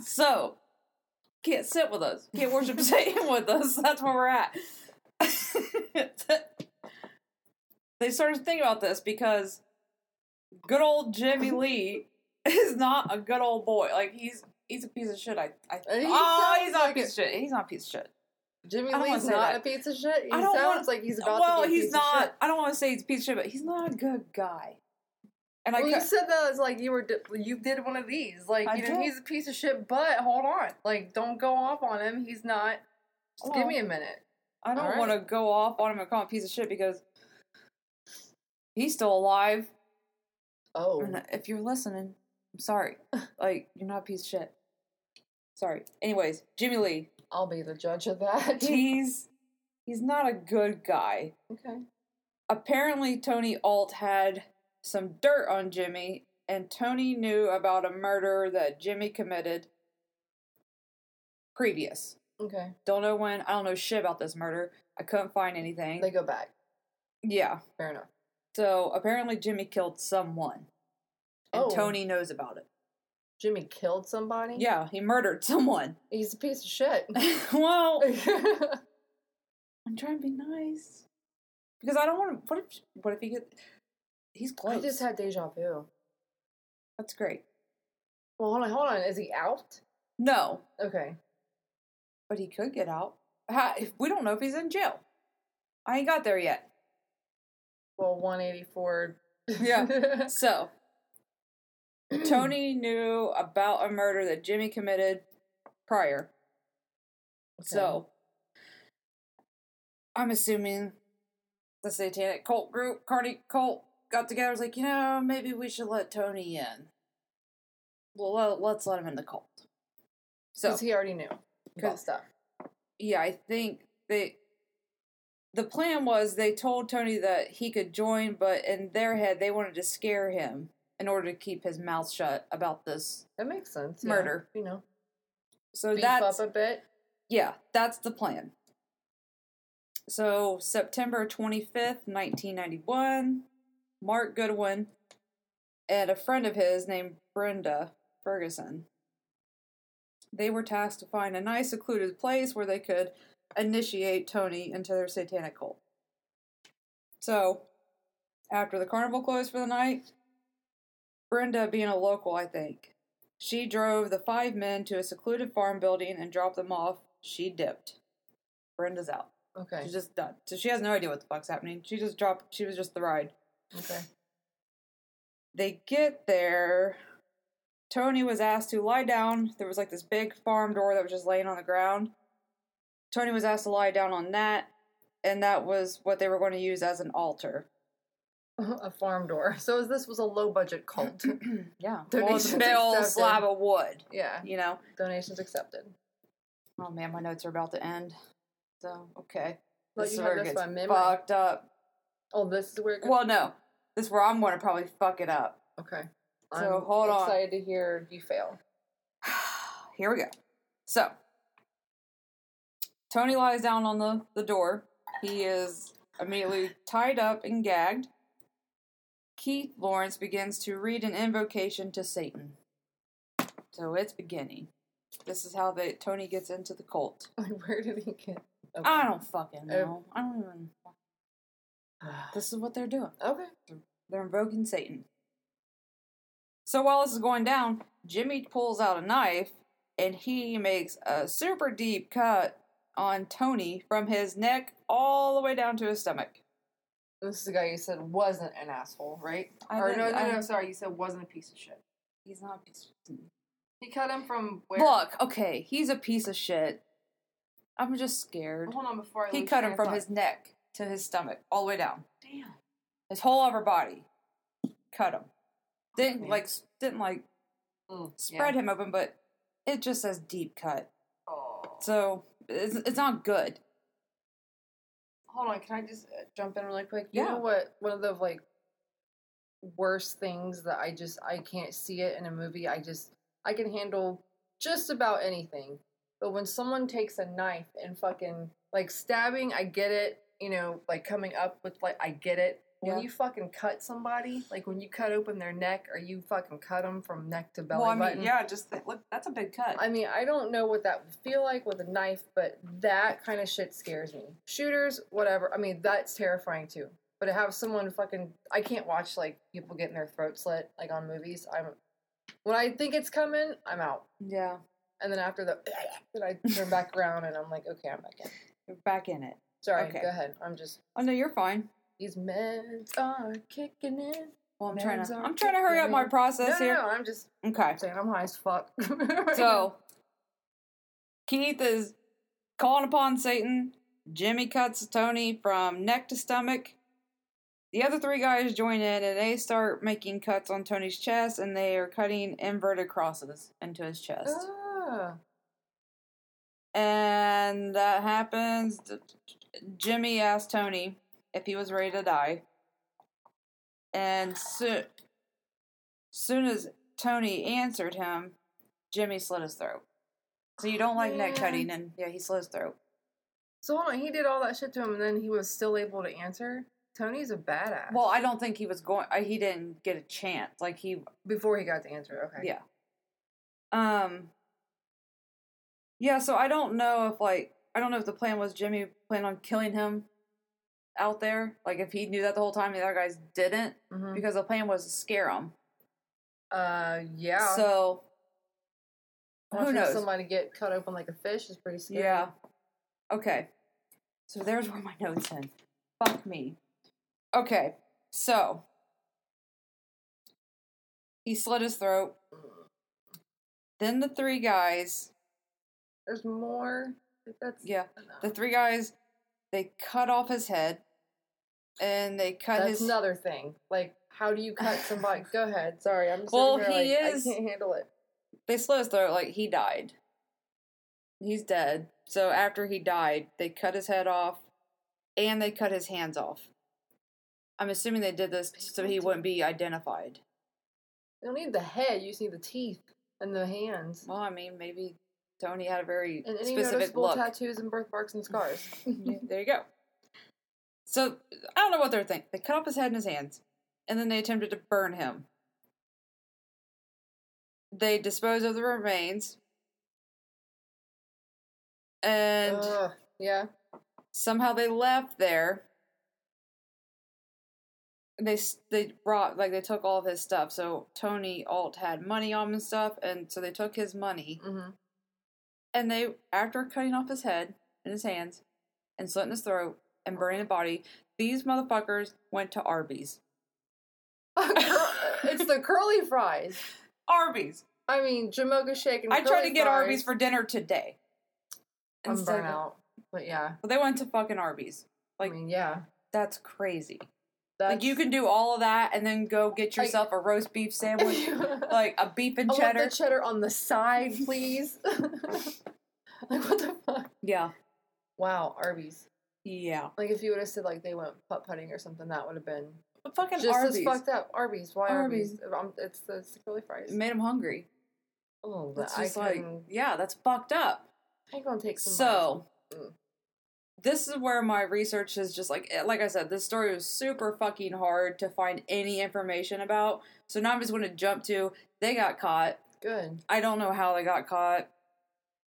Speaker 1: So can't sit with us. Can't worship Satan with us. That's where we're at. they started thinking about this because good old Jimmy Lee is not a good old boy. Like he's he's a piece of shit. I, I
Speaker 2: He
Speaker 1: oh
Speaker 2: sounds
Speaker 1: he's not
Speaker 2: like
Speaker 1: a piece of shit. He's not a piece of shit.
Speaker 2: Jimmy
Speaker 1: I don't wanna
Speaker 2: Lee's
Speaker 1: say
Speaker 2: not
Speaker 1: that.
Speaker 2: a piece of shit. He
Speaker 1: I don't
Speaker 2: sounds
Speaker 1: want-
Speaker 2: like he's about
Speaker 1: well,
Speaker 2: to be a
Speaker 1: he's
Speaker 2: piece
Speaker 1: not.
Speaker 2: Of shit.
Speaker 1: I don't want to say he's a piece of shit, but he's not a good guy. And I
Speaker 2: well, you
Speaker 1: cou-
Speaker 2: said that it's like you were di- you did one of these. Like
Speaker 1: I
Speaker 2: you know
Speaker 1: did.
Speaker 2: he's a piece of shit, but hold on, like don't go off on him. He's not. Just give
Speaker 1: Well,
Speaker 2: me a minute.
Speaker 1: I don't
Speaker 2: Alright.
Speaker 1: want to go off on him and call him a piece of shit because he's still alive.
Speaker 2: Oh,
Speaker 1: And if you're listening, I'm sorry. Like you're not a piece of shit. Sorry. Anyways, Jimmy Lee,
Speaker 2: I'll be the judge of that.
Speaker 1: he's he's not a good guy.
Speaker 2: okay.
Speaker 1: Apparently, Tony Alt had some dirt on Jimmy, and Tony knew about a murder that Jimmy committed previous.
Speaker 2: Okay.
Speaker 1: Don't know when. I don't know shit about this murder. I couldn't find anything.
Speaker 2: They go back.
Speaker 1: yeah.
Speaker 2: Fair enough.
Speaker 1: So apparently Jimmy killed someone. And
Speaker 2: Oh.
Speaker 1: Tony knows about it.
Speaker 2: Jimmy killed somebody.
Speaker 1: Yeah, he murdered someone.
Speaker 2: He's a piece of shit.
Speaker 1: well, I'm trying to be nice. Because I don't want to. What if, what if he gets. He's
Speaker 2: I
Speaker 1: close.
Speaker 2: just had deja vu.
Speaker 1: That's great.
Speaker 2: Well, hold on, hold on. Is he out?
Speaker 1: No,
Speaker 2: Okay.
Speaker 1: but he could get out. Ha- we don't know if he's in jail. I ain't got there yet.
Speaker 2: Well, 184.
Speaker 1: Yeah. So, Tony knew about a murder that Jimmy committed prior. So, I'm assuming the Satanic Cult group, Carney Cult, got together. Was like, you know, maybe we should let Tony in. Well, let, let's let him in the cult. So,
Speaker 2: Because he already knew about
Speaker 1: Cause-
Speaker 2: stuff.
Speaker 1: yeah, I think they. The plan was they told Tony that he could join, but in their head, they wanted to scare him in order to keep his mouth shut about this.
Speaker 2: That makes sense.
Speaker 1: Murder.
Speaker 2: You know,
Speaker 1: So
Speaker 2: beef
Speaker 1: that's
Speaker 2: up a bit.
Speaker 1: Yeah, that's the plan. So, September 25th, 1991, Mark Goodwin and a friend of his named Brenda Ferguson. They were tasked to find a nice secluded place where they could initiate Tony into their satanic cult. So, after the carnival closed for the night, Brenda, being a local, I think, she drove the five men to a secluded farm building and dropped them off. She dipped. Brenda's out.
Speaker 2: Okay.
Speaker 1: She's just done. So she has no idea what the fuck's happening. She just dropped, she was just the ride.
Speaker 2: Okay.
Speaker 1: They get there. Tony was asked to lie down. There was like this big farm door that was just laying on the ground. Tony was asked to lie down on that, and that was what they were going to use as an altar.
Speaker 2: a farm door. So is this was a low budget cult.
Speaker 1: yeah.
Speaker 2: Donations
Speaker 1: Well, it's a big
Speaker 2: accepted.
Speaker 1: old slab of wood,
Speaker 2: yeah.
Speaker 1: you know?
Speaker 2: Donations accepted.
Speaker 1: Oh man, my notes are about to end. So, okay.
Speaker 2: But
Speaker 1: This is
Speaker 2: you have
Speaker 1: where
Speaker 2: this
Speaker 1: it gets
Speaker 2: by memory.
Speaker 1: fucked up.
Speaker 2: Oh, this is where. It
Speaker 1: Well, no, this is where I'm going to probably fuck it up.
Speaker 2: okay.
Speaker 1: so, hold on.
Speaker 2: Excited to hear you fail.
Speaker 1: Here we go. So, Tony lies down on the, the door. He is immediately tied up and gagged. Keith Lawrence begins to read an invocation to Satan. So it's beginning. This is how they, Tony gets into the cult.
Speaker 2: Like, where did he get? Okay.
Speaker 1: I don't fucking know. I don't even. This is what they're doing.
Speaker 2: okay.
Speaker 1: They're invoking Satan. So while this is going down, Jimmy pulls out a knife and he makes a super deep cut on Tony from his neck all the way down to his stomach.
Speaker 2: This is the guy you said wasn't an asshole, right?
Speaker 1: I
Speaker 2: or
Speaker 1: didn't-
Speaker 2: no, no,
Speaker 1: I-
Speaker 2: no, sorry, you said wasn't a piece of shit.
Speaker 1: He's not a piece of shit.
Speaker 2: He cut him from where?
Speaker 1: Look, okay, he's a piece of shit. I'm just scared.
Speaker 2: Hold on, before I
Speaker 1: He
Speaker 2: lose
Speaker 1: cut
Speaker 2: train
Speaker 1: him
Speaker 2: of
Speaker 1: from
Speaker 2: thought.
Speaker 1: his neck to his stomach, all the way down.
Speaker 2: Damn.
Speaker 1: His whole upper body. Cut him. Didn't
Speaker 2: Man.
Speaker 1: like s- didn't like
Speaker 2: Mm, yeah.
Speaker 1: spread him open, but it just says deep cut.
Speaker 2: Oh.
Speaker 1: So it's, it's not good.
Speaker 2: Hold on, can I just uh, jump in really quick? You
Speaker 1: Yeah.
Speaker 2: know what? One of the like worst things that I just I can't see it in a movie. I just I can handle just about anything, but when someone takes a knife and fucking like stabbing, I get it. You know, like coming up with like I get it. When
Speaker 1: Yeah.
Speaker 2: you fucking cut somebody, like when you cut open their neck or you fucking cut them from neck to belly
Speaker 1: well, I mean,
Speaker 2: button.
Speaker 1: yeah, just th- look, that's a big cut.
Speaker 2: I mean, I don't know what that would feel like with a knife, but that kind of shit scares me. Shooters, whatever. I mean, that's terrifying too. But to have someone fucking, I can't watch like people getting their throat slit like on movies. I'm when I think it's coming, I'm out.
Speaker 1: yeah,
Speaker 2: And then after the, then I turn back around and I'm like, okay, I'm back in.
Speaker 1: you're back in it.
Speaker 2: Sorry,
Speaker 1: Okay.
Speaker 2: go ahead. I'm just
Speaker 1: Oh no, you're fine.
Speaker 2: these meds are kicking in.
Speaker 1: Well, I'm trying
Speaker 2: Nerves
Speaker 1: to.
Speaker 2: are
Speaker 1: I'm trying to hurry up my
Speaker 2: kicking. No,
Speaker 1: process
Speaker 2: no,
Speaker 1: here.
Speaker 2: no, I'm just
Speaker 1: Okay.
Speaker 2: saying I'm high as fuck.
Speaker 1: So Keith is calling upon Satan. Jimmy cuts Tony from neck to stomach. The other three guys join in and they start making cuts on Tony's chest and they are cutting inverted crosses into his chest.
Speaker 2: Ah.
Speaker 1: And that happens. Jimmy asks Tony if he was ready to die. And so, soon as Tony answered him, Jimmy slit his throat. So you don't like neck
Speaker 2: Yeah.
Speaker 1: cutting, and yeah, he slit his throat.
Speaker 2: So hold on, he did all that shit to him, and then he was still able to answer. Tony's a badass.
Speaker 1: Well, I don't think he was going. I, he didn't get a chance. Like he,
Speaker 2: before he got to answer, okay.
Speaker 1: yeah. Um. Yeah, so I don't know if like I don't know if the plan was Jimmy planned on killing him out there. Like if he knew that the whole time, and the other guys didn't
Speaker 2: Mhm.
Speaker 1: because the plan was to scare him.
Speaker 2: Uh, yeah.
Speaker 1: So who
Speaker 2: Watching
Speaker 1: knows?
Speaker 2: Somebody get cut open like a fish is pretty scary.
Speaker 1: Yeah. Okay. So there's where my notes end. Fuck me. Okay. So he slit his throat. Then the three guys,
Speaker 2: There's more. That's
Speaker 1: yeah,
Speaker 2: enough.
Speaker 1: the three guys, they cut off his head, and they cut
Speaker 2: That's
Speaker 1: his.
Speaker 2: another thing. Like, how do you cut somebody? Go ahead. Sorry, I'm. Just
Speaker 1: Well,
Speaker 2: sitting here
Speaker 1: he
Speaker 2: like,
Speaker 1: is-
Speaker 2: I can't handle it.
Speaker 1: They slit his throat like he died. He's dead. So after he died, they cut his head off, and they cut his hands off. I'm assuming they did this so he wouldn't be identified.
Speaker 2: You don't need the head. You just need the teeth and the hands.
Speaker 1: Well, I mean, maybe Tony had a very
Speaker 2: And any
Speaker 1: specific
Speaker 2: noticeable
Speaker 1: look.
Speaker 2: tattoos and birth marks and scars.
Speaker 1: Yeah, there you go. So I don't know what they're thinking. They cut off his head and his hands, and then they attempted to burn him. They dispose of the remains, and
Speaker 2: Ugh. yeah.
Speaker 1: somehow they left there. They s- they brought like they took all of his stuff. So Tony Alt had money on him and stuff, and so they took his money.
Speaker 2: Mm-hmm.
Speaker 1: And they, after cutting off his head and his hands and slitting his throat and burning the body, these motherfuckers went to Arby's.
Speaker 2: it's the curly fries.
Speaker 1: Arby's!
Speaker 2: I mean, Jamocha shake and
Speaker 1: I tried
Speaker 2: curly
Speaker 1: to get
Speaker 2: fries.
Speaker 1: Arby's for dinner today.
Speaker 2: I'm
Speaker 1: Instead of-
Speaker 2: burnt out. But yeah,
Speaker 1: Well, they went to fucking Arby's. Like,
Speaker 2: I mean, yeah.
Speaker 1: that's crazy.
Speaker 2: That's,
Speaker 1: Like, you can do all of that and then go get
Speaker 2: Like-
Speaker 1: yourself a roast beef sandwich,
Speaker 2: like
Speaker 1: like a beef and
Speaker 2: I cheddar.
Speaker 1: cheddar.
Speaker 2: Want the cheddar on the side, please. like what the fuck?
Speaker 1: yeah.
Speaker 2: Wow, Arby's.
Speaker 1: Yeah.
Speaker 2: Like if you would have said like they went putt putting or something, that would have been
Speaker 1: But fucking
Speaker 2: just
Speaker 1: Arby's.
Speaker 2: as fucked up. Arby's, why Arby's?
Speaker 1: Arby's.
Speaker 2: Um, it's the it's the curly
Speaker 1: It
Speaker 2: fries.
Speaker 1: made him hungry.
Speaker 2: Oh, but
Speaker 1: That's
Speaker 2: I
Speaker 1: just like,
Speaker 2: couldn't-
Speaker 1: yeah, that's fucked up.
Speaker 2: I gonna take some.
Speaker 1: So,
Speaker 2: Mm.
Speaker 1: this is where my research is just like, eh, like I said, this story was super fucking hard to find any information about. So now I'm just going to jump to they got caught.
Speaker 2: good.
Speaker 1: I don't know how they got caught.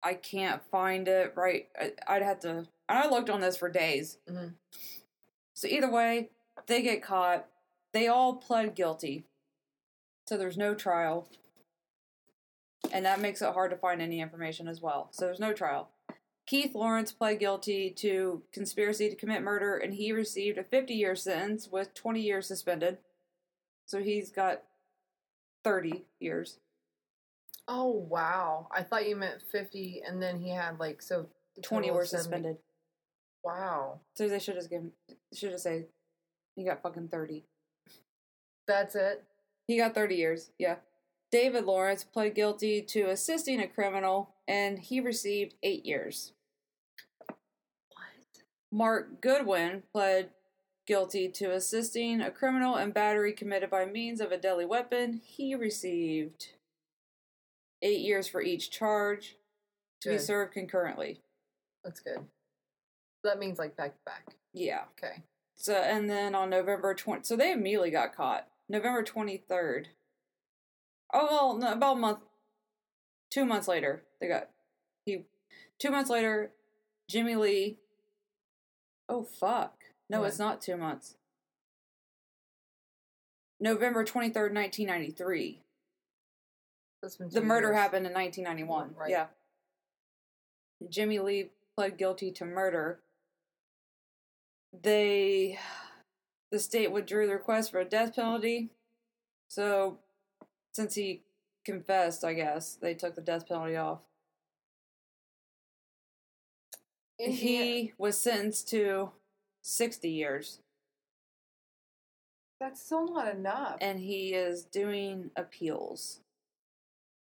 Speaker 1: I can't find it right. I, I'd have to. And I looked on this for days.
Speaker 2: Mhm.
Speaker 1: So either way, they get caught. They all pled guilty. So there's no trial. And that makes it hard to find any information as well. So there's no trial. Keith Lawrence pled guilty to conspiracy to commit murder, and he received a 50 year sentence with 20 years suspended. So he's got 30 years.
Speaker 2: Oh wow! I thought you meant fifty, and then he had like so
Speaker 1: 20
Speaker 2: total
Speaker 1: were
Speaker 2: of 70.
Speaker 1: suspended.
Speaker 2: Wow,
Speaker 1: So they should have given, should have said, he got fucking 30.
Speaker 2: that's it.
Speaker 1: He got 30 years, yeah. David Lawrence pled guilty to assisting a criminal and he received eight years.
Speaker 2: What?
Speaker 1: Mark Goodwin pled guilty to assisting a criminal and battery committed by means of a deadly weapon. He received eight years for each charge to be
Speaker 2: Good.
Speaker 1: served concurrently.
Speaker 2: That's good. That means like back to back.
Speaker 1: Yeah.
Speaker 2: Okay.
Speaker 1: So and then on November twenty, so they immediately got caught. November twenty third. Oh well, no, about a month, two months later they got he. Two months later, Jimmy Lee. Oh fuck! No,
Speaker 2: What?
Speaker 1: it's not two months. November twenty third, nineteen ninety three.
Speaker 2: That's been
Speaker 1: The
Speaker 2: two
Speaker 1: murder
Speaker 2: years.
Speaker 1: happened in 1991.
Speaker 2: Right.
Speaker 1: Yeah. Jimmy Lee pled guilty to murder. They, the state withdrew the request for a death penalty. So, since he confessed, I guess they took the death penalty off.
Speaker 2: Indiana-
Speaker 1: He was sentenced to 60 years,
Speaker 2: That's still not enough.
Speaker 1: and he is doing appeals.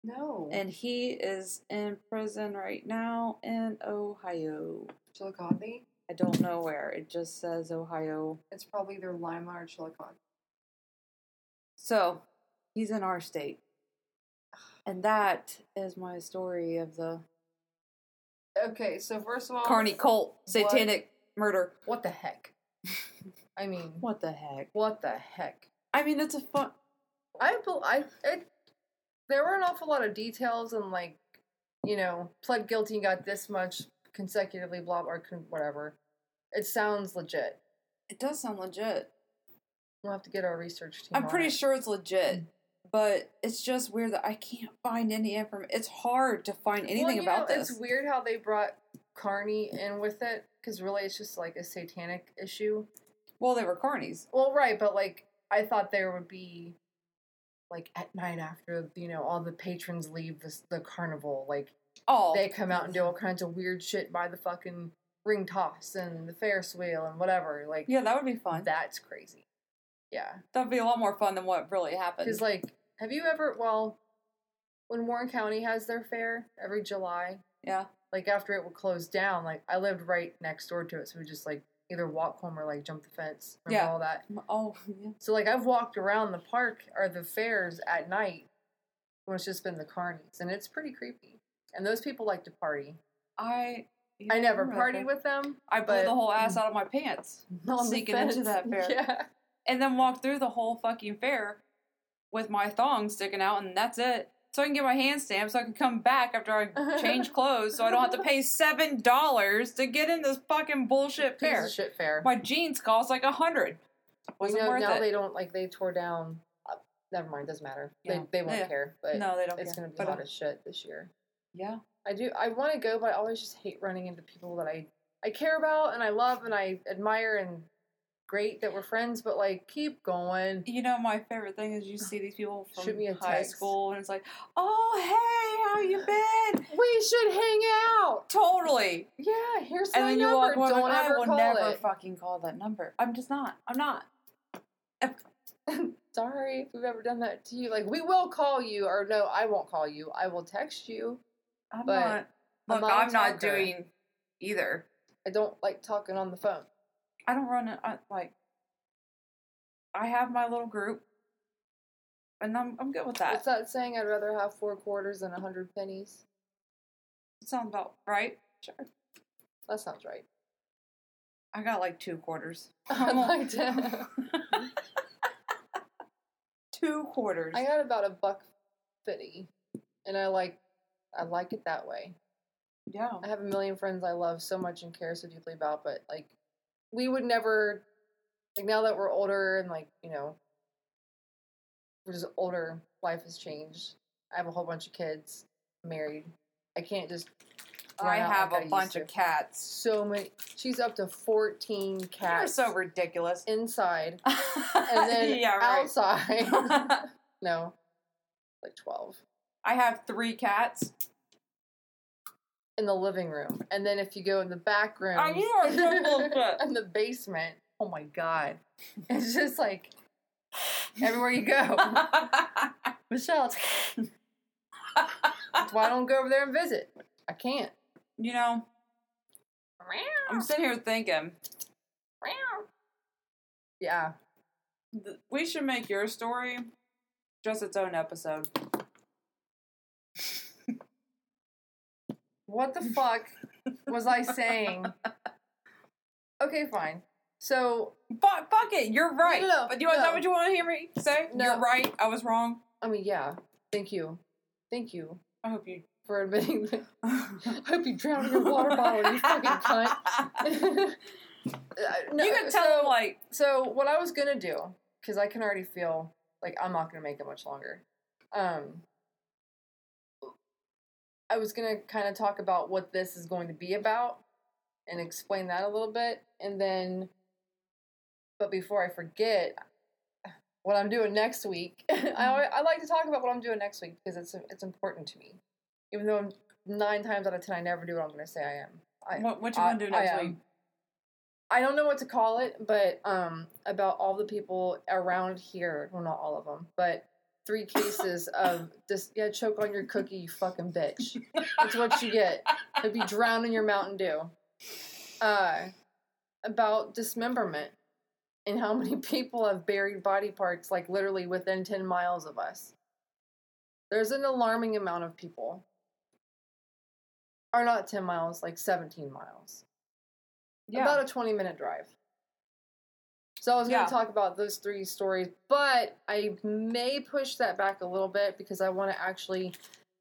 Speaker 2: no.
Speaker 1: And he is in prison right now in Ohio.
Speaker 2: Chillicothe.
Speaker 1: I don't know where. It just says Ohio.
Speaker 2: It's probably either Lima or Chillicothe.
Speaker 1: So he's in our state. And that is my story of the
Speaker 2: Okay, so first of all,
Speaker 1: Carney cult satanic murder.
Speaker 2: What the heck? I mean,
Speaker 1: What
Speaker 2: what,
Speaker 1: the heck?
Speaker 2: the heck?
Speaker 1: I mean, it's a fun.
Speaker 2: I bel- I it, there were an awful lot of details and like, you know, pled guilty and got this much consecutively, blah or con- whatever. It sounds legit.
Speaker 1: It does sound legit.
Speaker 2: We'll have to get our research team.
Speaker 1: I'm
Speaker 2: on
Speaker 1: pretty
Speaker 2: it.
Speaker 1: sure it's legit,
Speaker 2: Mm.
Speaker 1: but it's just weird that I can't find any information. It's hard to find
Speaker 2: Well,
Speaker 1: anything
Speaker 2: you
Speaker 1: about
Speaker 2: know,
Speaker 1: this.
Speaker 2: It's weird how they brought Carney in with it because really it's just like a satanic issue.
Speaker 1: Well, they were Carneys.
Speaker 2: Well, right, but like I thought there would be like at night after you know all the patrons leave the, the carnival, like
Speaker 1: Oh,
Speaker 2: they come out and do all kinds of weird shit by the fucking ring toss and the Ferris wheel and whatever. Like
Speaker 1: yeah, that would be fun.
Speaker 2: that's crazy. Yeah,
Speaker 1: That'd be a lot more fun than what really happened.
Speaker 2: because like, have you ever? Well, when Warren County has their fair every July,
Speaker 1: yeah,
Speaker 2: like after it would close down, like I lived right next door to it, so we just like either walk home or like jump the fence. Remember
Speaker 1: Yeah.
Speaker 2: all that.
Speaker 1: oh, yeah.
Speaker 2: So like I've walked around the park or the fairs at night when it's just been the carnies, and it's pretty creepy. And those people like to party.
Speaker 1: I
Speaker 2: I never
Speaker 1: remember that.
Speaker 2: partied with them.
Speaker 1: I blew
Speaker 2: but- mm.
Speaker 1: the whole ass out of my pants
Speaker 2: on the
Speaker 1: sneaking into
Speaker 2: fence.
Speaker 1: that fair.
Speaker 2: Yeah.
Speaker 1: and then walked through the whole fucking fair with my thong sticking out, and that's it. So I can get my hand stamped so I can come back after I change clothes so I don't have to pay $7 to get in this fucking bullshit
Speaker 2: Piece
Speaker 1: fair.
Speaker 2: of shit fair.
Speaker 1: My jeans cost like a hundred.
Speaker 2: you
Speaker 1: Wasn't
Speaker 2: know,
Speaker 1: worth
Speaker 2: now
Speaker 1: it.
Speaker 2: they don't like they tore down. Uh, never mind, doesn't matter.
Speaker 1: Yeah.
Speaker 2: They, they won't
Speaker 1: Yeah.
Speaker 2: care. But
Speaker 1: no, they don't
Speaker 2: it's
Speaker 1: care.
Speaker 2: gonna be
Speaker 1: But,
Speaker 2: a
Speaker 1: uh,
Speaker 2: lot of shit this year.
Speaker 1: yeah.
Speaker 2: I do. I want to go, but I always just hate running into people that I I care about and I love and I admire and great that we're friends. But like, keep going.
Speaker 1: You know, my favorite thing is you see these people from
Speaker 2: Shoot me a
Speaker 1: high
Speaker 2: text.
Speaker 1: school, and it's like, oh, hey, how you been?
Speaker 2: We should hang out.
Speaker 1: Totally.
Speaker 2: Yeah, here's
Speaker 1: and
Speaker 2: my
Speaker 1: then you
Speaker 2: number.
Speaker 1: walk away
Speaker 2: Don't
Speaker 1: like, I
Speaker 2: ever
Speaker 1: will
Speaker 2: call
Speaker 1: never
Speaker 2: it.
Speaker 1: fucking call that number. I'm just not. I'm not.
Speaker 2: Sorry if we've ever done that to you. Like, we will call you, or no, I won't call you. I will text you.
Speaker 1: I'm
Speaker 2: But
Speaker 1: not. Look,
Speaker 2: I'm not a
Speaker 1: I'm not
Speaker 2: talker.
Speaker 1: doing either.
Speaker 2: I don't like talking on the phone.
Speaker 1: I don't run it. I, like, I have my little group, and I'm I'm good with that.
Speaker 2: What's that saying? I'd rather have four quarters than a hundred pennies.
Speaker 1: Sounds about right. Sure.
Speaker 2: That sounds right.
Speaker 1: I got like two quarters.
Speaker 2: I like to.
Speaker 1: two quarters.
Speaker 2: I got about a buck fifty, and I like, I like it that way.
Speaker 1: yeah.
Speaker 2: I have a million friends I love so much and care so deeply about, but like, we would never, like, now that we're older and like, you know, we're just older, life has changed. I have a whole bunch of kids, married. I can't just
Speaker 1: I
Speaker 2: run out
Speaker 1: have
Speaker 2: like
Speaker 1: a
Speaker 2: used
Speaker 1: bunch
Speaker 2: to.
Speaker 1: of cats.
Speaker 2: So many. She's up to 14
Speaker 1: They're
Speaker 2: cats
Speaker 1: so ridiculous.
Speaker 2: inside and then
Speaker 1: yeah, right.
Speaker 2: outside. no, like 12
Speaker 1: I have three cats.
Speaker 2: in the living room. And then if you go in the back room
Speaker 1: Oh, you are so bullshit.
Speaker 2: and the basement, oh my god. It's just like everywhere you go. Michelle, that's why I don't go over there and visit. I can't.
Speaker 1: you know, I'm sitting here thinking
Speaker 2: Yeah.
Speaker 1: th- we should make your story just its own episode.
Speaker 2: What the fuck was I saying? Okay, fine. So
Speaker 1: Fuck, fuck it. You're right.
Speaker 2: no, no,
Speaker 1: but do you want
Speaker 2: no.
Speaker 1: that? What you want to hear me say?
Speaker 2: No.
Speaker 1: You're right. I was wrong.
Speaker 2: I mean, yeah. Thank you. Thank you
Speaker 1: I hope you.
Speaker 2: for admitting that. I hope you drowned your water bottle, you fucking cunt. Uh, no,
Speaker 1: you can tell
Speaker 2: so,
Speaker 1: them like
Speaker 2: So what I was gonna do, because I can already feel like I'm not gonna make it much longer. Um, I was gonna kind of talk about what this is going to be about and explain that a little bit, and then, but before I forget, what I'm doing next week, I
Speaker 1: Mm-hmm.
Speaker 2: alwa- I like to talk about what I'm doing next week because it's it's important to me, even though I'm nine times out of ten I never do what I'm gonna say I am. I,
Speaker 1: what, what you
Speaker 2: I-
Speaker 1: want to do next
Speaker 2: I am.
Speaker 1: week.
Speaker 2: I don't know what to call it, but um, about all the people around here. Well, not all of them, but three cases of just yeah, choke on your cookie, you fucking bitch. That's what you get. It'd be drown in your Mountain Dew. Uh, about dismemberment and how many people have buried body parts like literally within ten miles of us. There's an alarming amount of people. Are not ten miles, like seventeen miles
Speaker 1: Yeah.
Speaker 2: about a 20 minute drive. So I was going
Speaker 1: Yeah.
Speaker 2: to talk about those three stories, but I may push that back a little bit because I want to actually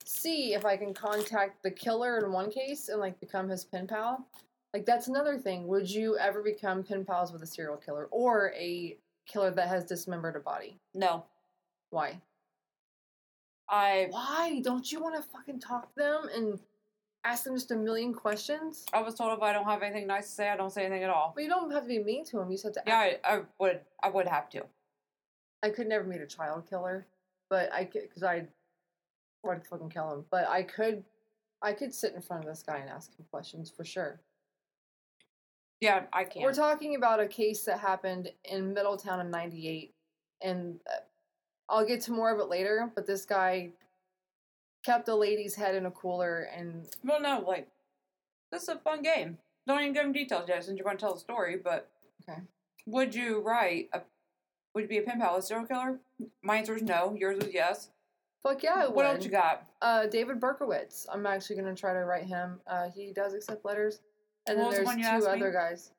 Speaker 2: see if I can contact the killer in one case and like become his pen pal. Like that's another thing. Would you ever become pen pals with a serial killer or a killer that has dismembered a body?
Speaker 1: no,
Speaker 2: Why?
Speaker 1: I
Speaker 2: Why don't you want to fucking talk to them and ask them just a million questions?
Speaker 1: I was told if I don't have anything nice to say, I don't say anything at all.
Speaker 2: Well, you don't have to be mean to them. You just have to
Speaker 1: Yeah, I, I would. I would have to.
Speaker 2: I could never meet a child killer, but I could because I would fucking kill him. But I could, I could sit in front of this guy and ask him questions for sure.
Speaker 1: Yeah, I can't.
Speaker 2: We're talking about a case that happened in Middletown in '98, and uh, I'll get to more of it later. But this guy kept a lady's head in a cooler, and
Speaker 1: well, no, like this is a fun game. Don't even give them details yet, since you're going to tell the story. But
Speaker 2: Okay.
Speaker 1: would you write a? Would you be a pen pal, a serial killer? My answer is no. Yours was yes.
Speaker 2: fuck yeah, I would.
Speaker 1: what else you got?
Speaker 2: Uh, David Berkowitz. I'm actually gonna try to write him. Uh, he does accept letters, and
Speaker 1: What was the
Speaker 2: then
Speaker 1: one you
Speaker 2: there's
Speaker 1: asked
Speaker 2: two
Speaker 1: me?
Speaker 2: other guys.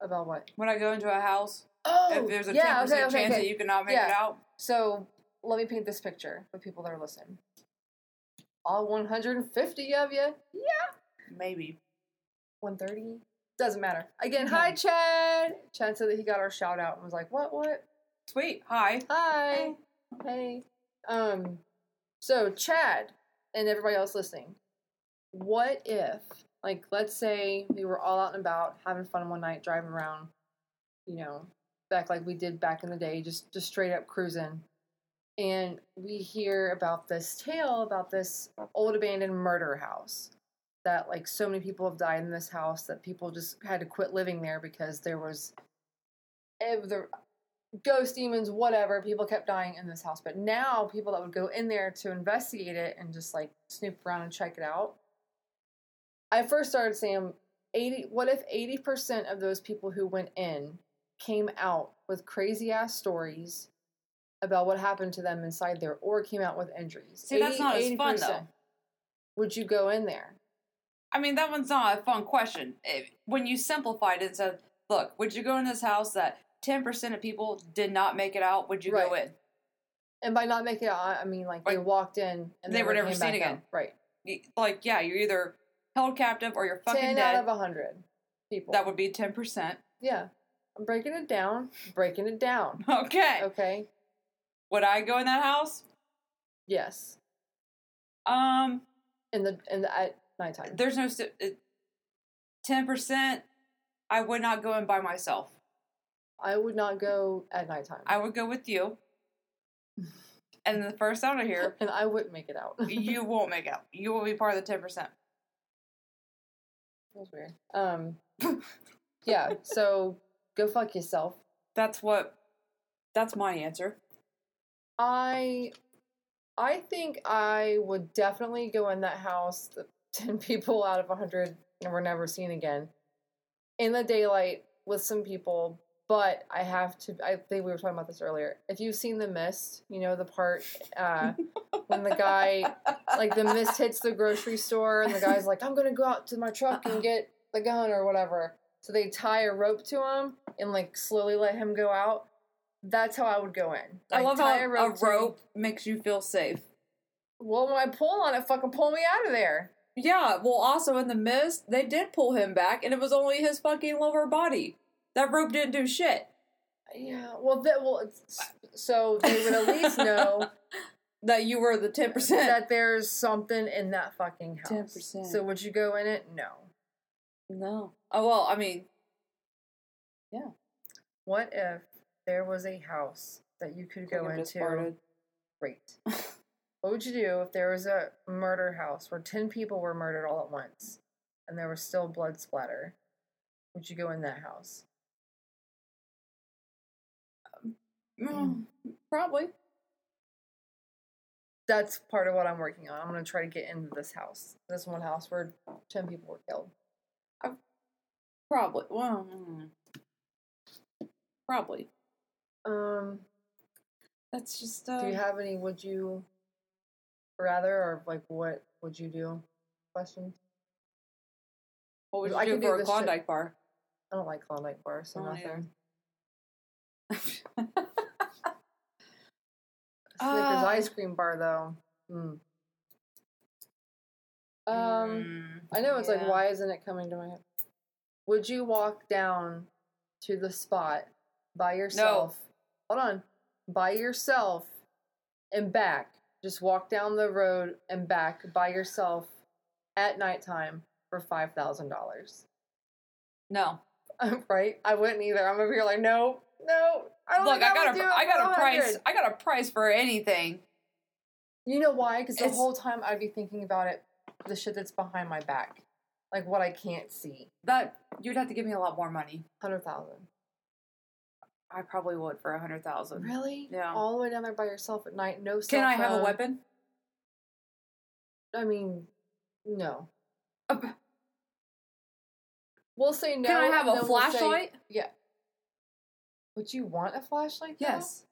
Speaker 2: About what?
Speaker 1: When I go into a house,
Speaker 2: Oh,
Speaker 1: if there's a ten
Speaker 2: yeah,
Speaker 1: percent
Speaker 2: okay, okay,
Speaker 1: chance
Speaker 2: okay.
Speaker 1: that you cannot make it
Speaker 2: Yeah.
Speaker 1: out,
Speaker 2: So let me paint this picture for people that are listening. All 150 of you,
Speaker 1: maybe.
Speaker 2: 130, doesn't matter. Again, hi Chad. Chad said that he got our shout out and was like, "What? What?
Speaker 1: Sweet. Hi.
Speaker 2: Hi, hey." Um, so Chad and everybody else listening, what if, like, let's say we were all out and about having fun one night, driving around, you know, back like we did back in the day, just just straight up cruising. And we hear about this tale about this old abandoned murder house that like so many people have died in this house that people just had to quit living there because there was ev- the ghost demons whatever people kept dying in this house but now people that would go in there to investigate it and just like snoop around and check it out i first started saying 80 what if 80% of those people who went in came out with crazy ass stories about what happened to them inside there or came out with injuries
Speaker 1: See, that's not as fun, though.
Speaker 2: 80%. would you go in there
Speaker 1: I mean, that one's not a fun question. It, when you simplified it and said, look, would you go in this house that 10% of people did not make it out? Would you go
Speaker 2: Right.
Speaker 1: in?
Speaker 2: And by not making it, I I mean like they
Speaker 1: Like,
Speaker 2: walked in and
Speaker 1: they were never
Speaker 2: came
Speaker 1: seen
Speaker 2: back
Speaker 1: again.
Speaker 2: out. Right.
Speaker 1: You- Like, yeah, you're either held captive or you're fucking
Speaker 2: Ten
Speaker 1: dead.
Speaker 2: out of hundred people.
Speaker 1: that would be 10%.
Speaker 2: yeah. I'm breaking it down. Breaking it down.
Speaker 1: Okay.
Speaker 2: Okay.
Speaker 1: Would I go in that house?
Speaker 2: Yes.
Speaker 1: Um,
Speaker 2: And the and the, I, nighttime.
Speaker 1: There's no ten percent. I would not go in by myself.
Speaker 2: I would not go at nighttime.
Speaker 1: I would go with you. And the first sound I hear,
Speaker 2: and I wouldn't make it out.
Speaker 1: you won't make out. You will be part of the ten percent.
Speaker 2: That was weird. Um, yeah. So go fuck yourself.
Speaker 1: That's what. That's my answer.
Speaker 2: I, I think I would definitely go in that house. The Ten people out of a hundred and were never seen again, in the daylight with some people. But I have to. I think we were talking about this earlier. If you've seen The Mist, you know the part uh, when the guy like the mist hits the grocery store and the guy's like i'm gonna go out to my truck and get the gun or whatever so they tie a rope to him and like slowly let him go out that's how i would go in
Speaker 1: I
Speaker 2: Like,
Speaker 1: love
Speaker 2: tie
Speaker 1: how a rope,
Speaker 2: to him.
Speaker 1: makes you feel safe.
Speaker 2: well when i pull on it fucking pull me out of there
Speaker 1: Yeah. Well, also in the mist, they did pull him back, and it was only his fucking lower body. That rope didn't do shit.
Speaker 2: yeah well that well it's, so they would at least know
Speaker 1: That you were the ten percent.
Speaker 2: that there's something in that fucking house
Speaker 1: 10%.
Speaker 2: so would you go in it no
Speaker 1: No. Oh well, I mean,
Speaker 2: what if there was a house that you could go
Speaker 1: fucking just
Speaker 2: into
Speaker 1: farted.
Speaker 2: great. what would you do if there was a murder house where 10 people were murdered all at once and there was still blood splatter? Would you go in that house?
Speaker 1: Mm, Probably.
Speaker 2: That's part of what I'm working on. I'm going to try to get into this house. This one house where 10 people were killed.
Speaker 1: Probably. Well. mm. Probably.
Speaker 2: Um,
Speaker 1: That's just. Uh,
Speaker 2: do you have any would you rather or like what would you do questions?
Speaker 1: what would you
Speaker 2: I
Speaker 1: do
Speaker 2: could do
Speaker 1: for a
Speaker 2: this shit.
Speaker 1: Klondike bar?
Speaker 2: I don't like Klondike bars, so
Speaker 1: Oh, yeah.
Speaker 2: nothing.
Speaker 1: Snickers
Speaker 2: Snickers ice cream bar though. Mm. Um, I know it's like,
Speaker 1: Yeah.
Speaker 2: why isn't it coming to my head? Would you walk down to the spot by yourself? Hold on, by yourself and back. Just walk down the road and back by yourself at nighttime for five thousand dollars.
Speaker 1: No.
Speaker 2: right? I wouldn't either. I'm over here like, no, no. I don't
Speaker 1: Look, I got a I got a price.
Speaker 2: price.
Speaker 1: I got a price for anything.
Speaker 2: You know why? Because the
Speaker 1: It's-
Speaker 2: whole time I'd be thinking about it, the shit that's behind my back, like what I can't see.
Speaker 1: That you'd have to give me a lot more money.
Speaker 2: Hundred thousand.
Speaker 1: I probably would for a hundred thousand.
Speaker 2: Really?
Speaker 1: Yeah.
Speaker 2: All the way down there by yourself at night, no. Cell
Speaker 1: Can I have a
Speaker 2: phone.
Speaker 1: weapon?
Speaker 2: I mean, no.
Speaker 1: Uh,
Speaker 2: We'll say no.
Speaker 1: Can I have
Speaker 2: and
Speaker 1: a
Speaker 2: then we'll say-
Speaker 1: flashlight?
Speaker 2: yeah. Would you want a flashlight? though?
Speaker 1: Yes. Oh,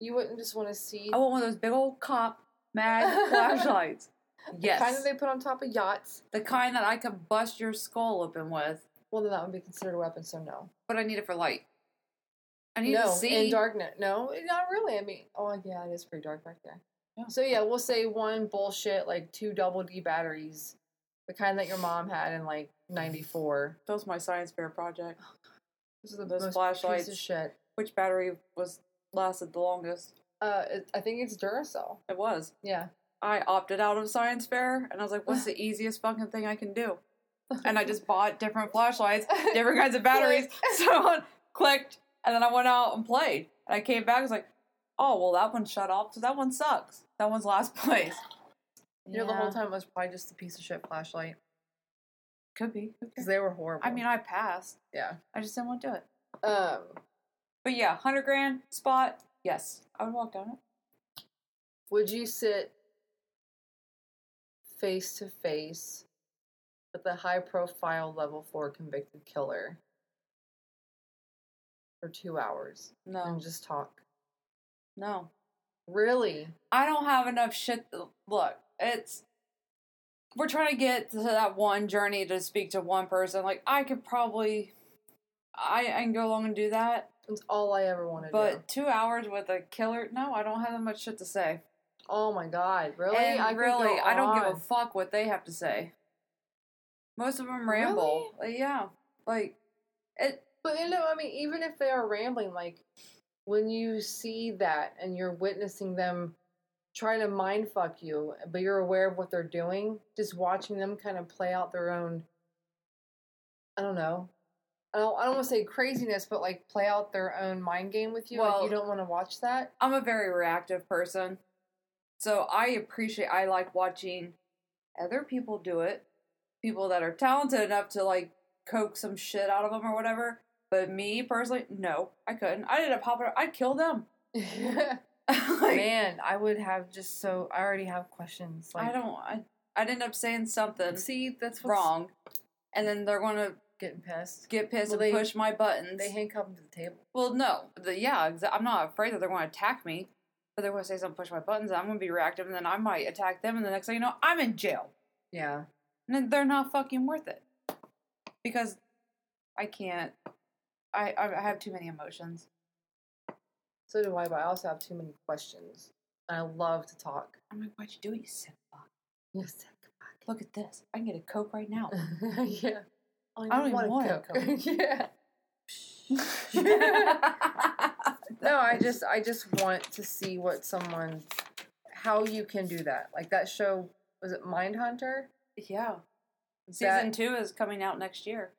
Speaker 2: You wouldn't just want to see.
Speaker 1: I want one of those big old cop mag flashlights. Yes.
Speaker 2: The kind that they put on top of yachts.
Speaker 1: the kind that I could bust your skull open with,
Speaker 2: Well, then that would be considered a weapon. So no.
Speaker 1: but I need it for light. I need
Speaker 2: no.
Speaker 1: to see.
Speaker 2: In darkness. No, eh, not really. I mean, oh yeah, it is pretty dark back there.
Speaker 1: Yeah.
Speaker 2: So yeah, we'll say one bullshit like two double D batteries, the kind that your mom had in like '94.
Speaker 1: that was my science fair project.
Speaker 2: This is the
Speaker 1: Those
Speaker 2: most
Speaker 1: flashlights.
Speaker 2: piece of shit.
Speaker 1: Which battery was lasted the longest?
Speaker 2: Uh, it, I think it's Duracell.
Speaker 1: It was.
Speaker 2: Yeah.
Speaker 1: I opted out of science fair, and I was like, "What's the easiest fucking thing I can do?" And I just bought different flashlights, different kinds of batteries. so I clicked, and then I went out and played. And I came back, I was like, "Oh well, that one shut off, so that one sucks. That one's last place.
Speaker 2: You know, the whole time it was probably just a piece of shit flashlight
Speaker 1: Could be. who
Speaker 2: because
Speaker 1: cares?
Speaker 2: they were horrible.
Speaker 1: I mean, I passed.
Speaker 2: yeah.
Speaker 1: I just didn't want to do it.
Speaker 2: Um,
Speaker 1: But yeah, hundred grand spot. Yes, I would walk down it.
Speaker 2: would you sit face to face with a high profile level four convicted killer for two hours
Speaker 1: No,
Speaker 2: and just talk?
Speaker 1: no,
Speaker 2: Really?
Speaker 1: I don't have enough shit. Look, it's we're trying to get to that one journey to speak to one person. Like I could probably, I, I can go along and do that.
Speaker 2: That's all I ever wanted.
Speaker 1: But
Speaker 2: do.
Speaker 1: two hours with a killer? No, I don't have that much shit to say.
Speaker 2: oh my god, really?
Speaker 1: And
Speaker 2: I could go
Speaker 1: really, I don't give a
Speaker 2: on.
Speaker 1: fuck what they have to say. Most of them ramble. Like, yeah, like it.
Speaker 2: But you know, I mean, even if they are rambling, like when you see that and you're witnessing them try to mind fuck you, but you're aware of what they're doing, just watching them kind of play out their own I don't know. I don't, I don't want to say craziness, but like play out their own mind game with you.
Speaker 1: Well-
Speaker 2: like you don't want to watch that.
Speaker 1: I'm a very reactive person. So I appreciate I like watching other people do it. People that are talented enough to like coax some shit out of them or whatever. But me personally, no, I couldn't. I ended up hopping. I'd kill them. like,
Speaker 3: Man, I would have just so. I already have questions. Like,
Speaker 1: I don't. I, I'd end up saying something
Speaker 3: see. That's what's
Speaker 1: wrong, and then they're gonna
Speaker 3: Getting pissed.
Speaker 1: get pissed
Speaker 2: Well,
Speaker 1: and
Speaker 2: they-
Speaker 1: push my buttons.
Speaker 2: they handcuff them to the table.
Speaker 1: Well, no. The, yeah, exa- I'm not afraid that they're going to attack me, but they're going to say something, push my buttons, and I'm going to be reactive, and then I might attack them, and the next thing you know, I'm in jail.
Speaker 2: Yeah.
Speaker 1: And then they're not fucking worth it. Because I can't. I, I I have too many emotions.
Speaker 2: So do I, but I also have too many questions. And I love to talk.
Speaker 1: I'm like, why'd you do it, you sick fuck?
Speaker 2: Yes. Look.
Speaker 1: Look at this. I can get a Coke right now.
Speaker 2: yeah.
Speaker 1: I don't even want a
Speaker 2: yeah. No, I just I just want to see what someone how you can do that. Like that show was it Mindhunter?
Speaker 1: yeah. Season
Speaker 2: That-
Speaker 1: two is coming out next year,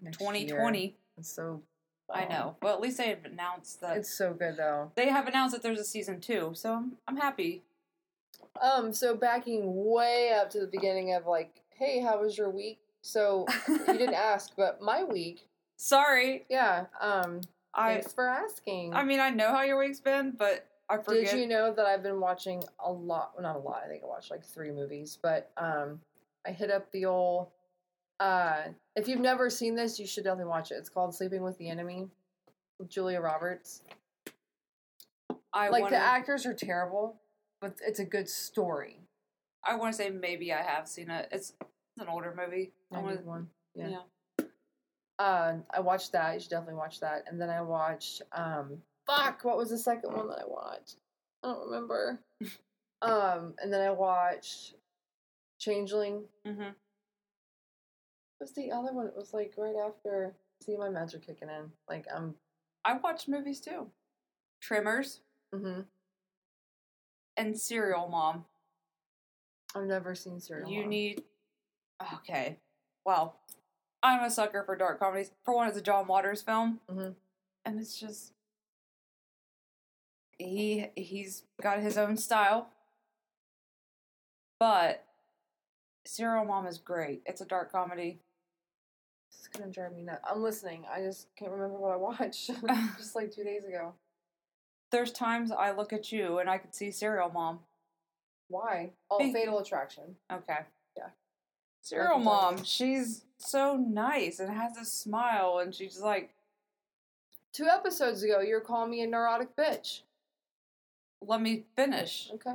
Speaker 2: Next year.
Speaker 1: 2020.
Speaker 2: It's so
Speaker 1: I know. Well, at least they have announced that
Speaker 2: It's so good though.
Speaker 1: they have announced that there's a season two, so I'm, I'm happy.
Speaker 2: Um so backing way up to the beginning of like, "Hey, how was your week?" So you didn't ask, but my week.
Speaker 1: Sorry,
Speaker 2: Yeah. Um
Speaker 1: I
Speaker 2: thanks for asking.
Speaker 1: I mean I know how your week's been, but I forget.
Speaker 2: Did you know that I've been watching a lot? Well, not a lot. I think I watched like three movies, but um, I hit up the old. Uh, if you've never seen this, you should definitely watch it. It's called Sleeping with the Enemy, with Julia Roberts.
Speaker 1: I
Speaker 2: like
Speaker 1: wanna,
Speaker 2: the actors are terrible, but it's a good story.
Speaker 1: I want to say maybe I have seen it. It's, it's an older movie. I wanna,
Speaker 2: Ninety-one.
Speaker 1: yeah.
Speaker 2: yeah. Uh, I watched that. You should definitely watch that. And then I watched. Um, fuck, what was the second one that I watched? I don't remember. um, and then I watched Changeling.
Speaker 1: hmm
Speaker 2: What's the other one? It was like right after See My Magic kicking in. Like I'm.
Speaker 1: I watch movies too. Trimmers Mm-hmm.
Speaker 2: hmm
Speaker 1: and Serial Mom.
Speaker 2: I've never seen Serial.
Speaker 1: you
Speaker 2: Mom.
Speaker 1: need. Okay. Well, I'm a sucker for dark comedies. For one, it's a John Waters film,
Speaker 2: Mhm.
Speaker 1: and it's just he he's got his own style, but Serial Mom is great. It's a dark comedy.
Speaker 2: This is gonna drive me nuts. I'm listening. I just can't remember what I watched. just like two days ago.
Speaker 1: There's times I look at you and I could see Serial Mom.
Speaker 2: Why? Oh,
Speaker 1: Be-
Speaker 2: Fatal Attraction.
Speaker 1: Okay.
Speaker 2: Yeah. I
Speaker 1: Serial
Speaker 2: can tell.
Speaker 1: Mom. She's so nice and has a smile, and she's like
Speaker 2: Two episodes ago, you were calling me a neurotic bitch.
Speaker 1: let me finish.
Speaker 2: Okay.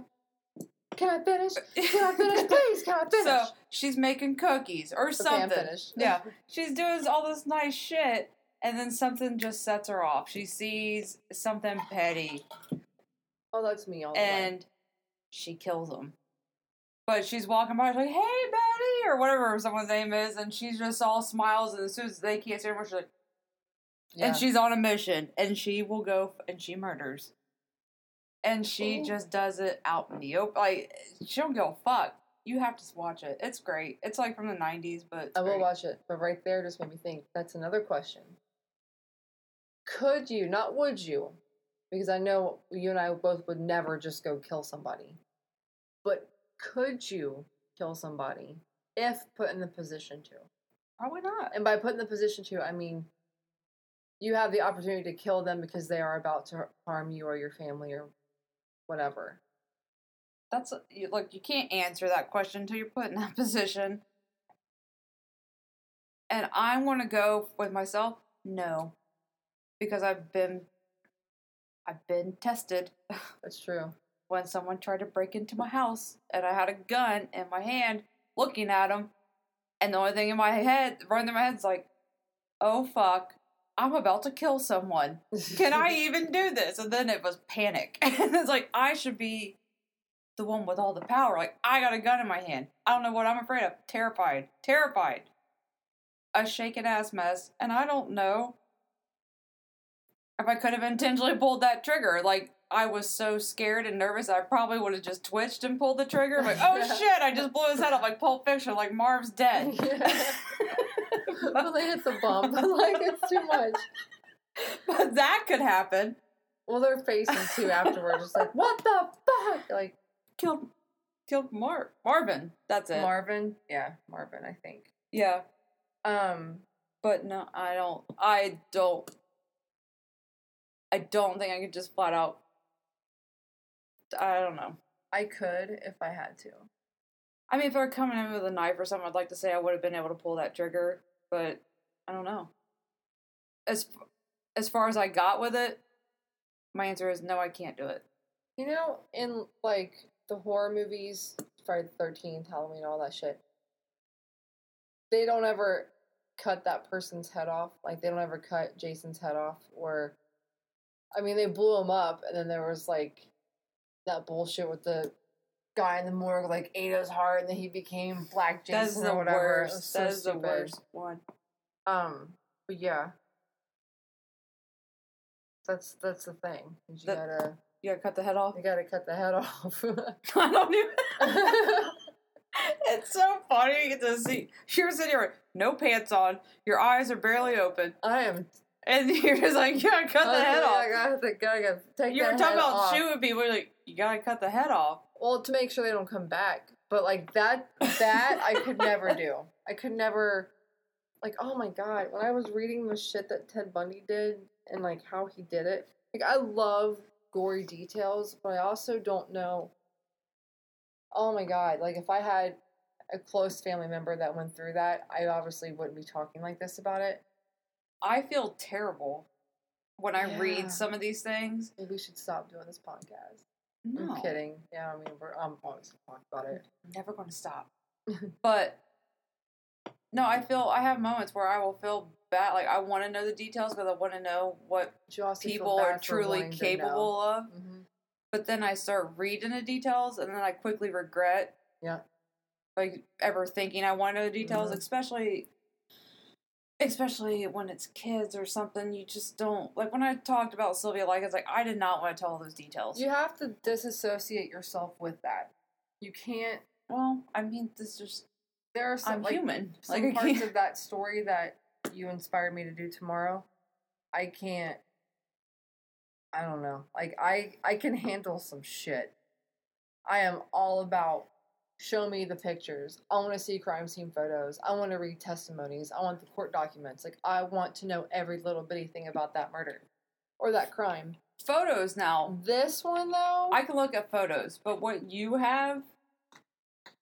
Speaker 2: Can I finish? Can I finish, please? Can I finish?
Speaker 1: So she's making cookies or
Speaker 2: okay,
Speaker 1: something.
Speaker 2: I'm finished.
Speaker 1: Yeah. She's doing all this nice shit, and then something just sets her off. She sees something petty,
Speaker 2: Oh, that's me all the way.
Speaker 1: and she kills him. But she's walking by, she's like, "Hey, Betty," or whatever someone's name is, and she's just all smiles. And as soon as they can't see her anymore, she's like,
Speaker 2: Yeah.
Speaker 1: and she's on a mission, and she will go f- and she murders, and she
Speaker 2: Ooh.
Speaker 1: just does it out in the open. Like she don't give a fuck. You have to watch it. It's great. It's like from the '90s, but it's
Speaker 2: I will
Speaker 1: great.
Speaker 2: watch it, but right there just made me think. That's another question. Could you, not would you, because I know you and I both would never just go kill somebody, but could you kill somebody if put in the position to?
Speaker 1: Probably not.
Speaker 2: And by put in the position to, I mean you have the opportunity to kill them because they are about to harm you or your family or whatever.
Speaker 1: That's you, look. You can't answer that question until you're put in that position. And I want to go with myself. No, because I've been, I've been tested
Speaker 2: That's true.
Speaker 1: when someone tried to break into my house and I had a gun in my hand, looking at them, and the only thing in my head, running through my head, is like, "Oh fuck, I'm about to kill someone." can I even do this? And then it was panic. And it's like, I should be the one with all the power. Like, I got a gun in my hand. I don't know what I'm afraid of. Terrified. Terrified. A shaken ass mess. And I don't know if I could have intentionally pulled that trigger. Like, I was so scared and nervous I probably would have just twitched and pulled the trigger. I'm like, oh shit, I just blew his head up like Pulp Fiction, like Marv's dead.
Speaker 2: well, they hit the bump. like it's too much.
Speaker 1: But that could happen.
Speaker 2: Well, they're facing too afterwards. It's like what the fuck? Like
Speaker 1: Killed, killed Mar Marvin. That's it.
Speaker 2: Marvin. Yeah, Marvin. I think.
Speaker 1: yeah,
Speaker 2: Um.
Speaker 1: but no, I don't. I don't. I don't think I could just flat out. I don't know.
Speaker 2: I could if I had to.
Speaker 1: I mean, if I were coming in with a knife or something, I'd like to say I would have been able to pull that trigger, but I don't know. As as far as I got with it, my answer is no, I can't do it.
Speaker 2: You know, in like the horror movies, Friday the Thirteenth, Halloween, all that shit, they don't ever cut that person's head off. Like they don't ever cut Jason's head off. Or, I mean, they blew him up, and then there was like that bullshit with the guy in the morgue like ate his heart, and then he became Black Jason
Speaker 1: That's the
Speaker 2: or whatever. It was
Speaker 1: worst.
Speaker 2: so
Speaker 1: that is the
Speaker 2: stupid.
Speaker 1: worst one.
Speaker 2: Um, but yeah. That's that's the thing. You
Speaker 1: The-
Speaker 2: gotta
Speaker 1: You gotta cut the head off.
Speaker 2: you gotta cut the head off.
Speaker 1: I don't even. It's so funny to see. She was sitting here, with no pants on. Your eyes are barely open,
Speaker 2: I am.
Speaker 1: and you're just like, "Yeah, cut the head
Speaker 2: I
Speaker 1: off."
Speaker 2: got the guy. Got take
Speaker 1: You
Speaker 2: that
Speaker 1: were talking
Speaker 2: head
Speaker 1: about
Speaker 2: off.
Speaker 1: shooting people. You're like, "You gotta cut the head off."
Speaker 2: Well, to make sure they don't come back. But like that, that I could never do. I could never. Like, oh my god, when I was reading the shit that Ted Bundy did and like how he did it, like I love gory details, but I also don't know. Oh my god, like if I had a close family member that went through that, I obviously wouldn't be talking like this about it.
Speaker 1: I feel terrible when I
Speaker 2: Yeah.
Speaker 1: read some of these things.
Speaker 2: Maybe we should stop doing this podcast.
Speaker 1: No,
Speaker 2: I'm kidding. Yeah, I mean, we're, I'm always gonna talk about it.
Speaker 1: never going to stop. but no, I feel I have moments where I will feel bad. Like I want to know the details because I want to know what
Speaker 2: But you also feel
Speaker 1: people
Speaker 2: bad
Speaker 1: are
Speaker 2: for
Speaker 1: truly
Speaker 2: wanting to know.
Speaker 1: capable of.
Speaker 2: Mhm.
Speaker 1: But then I start reading the details, and then I quickly regret.
Speaker 2: Yeah.
Speaker 1: Like ever thinking I want to know the details,
Speaker 2: Mhm.
Speaker 1: especially. Especially when it's kids or something, you just don't like. When I talked about Sylvia, like it's like I did not want to tell all those details.
Speaker 2: You have to disassociate yourself with that. You can't.
Speaker 1: Well, I mean, this just
Speaker 2: There are some
Speaker 1: I'm
Speaker 2: like
Speaker 1: human.
Speaker 2: some
Speaker 1: Like I
Speaker 2: parts
Speaker 1: can't.
Speaker 2: of that story that you inspired me to do tomorrow. I can't. I don't know. Like I, I can handle some shit. I am all about. Show me the pictures. I want to see crime scene photos. I want to read testimonies. I want the court documents. Like I want to know every little bitty thing about that murder or that crime.
Speaker 1: photos now.
Speaker 2: This one though,
Speaker 1: I can look at photos, but what you have?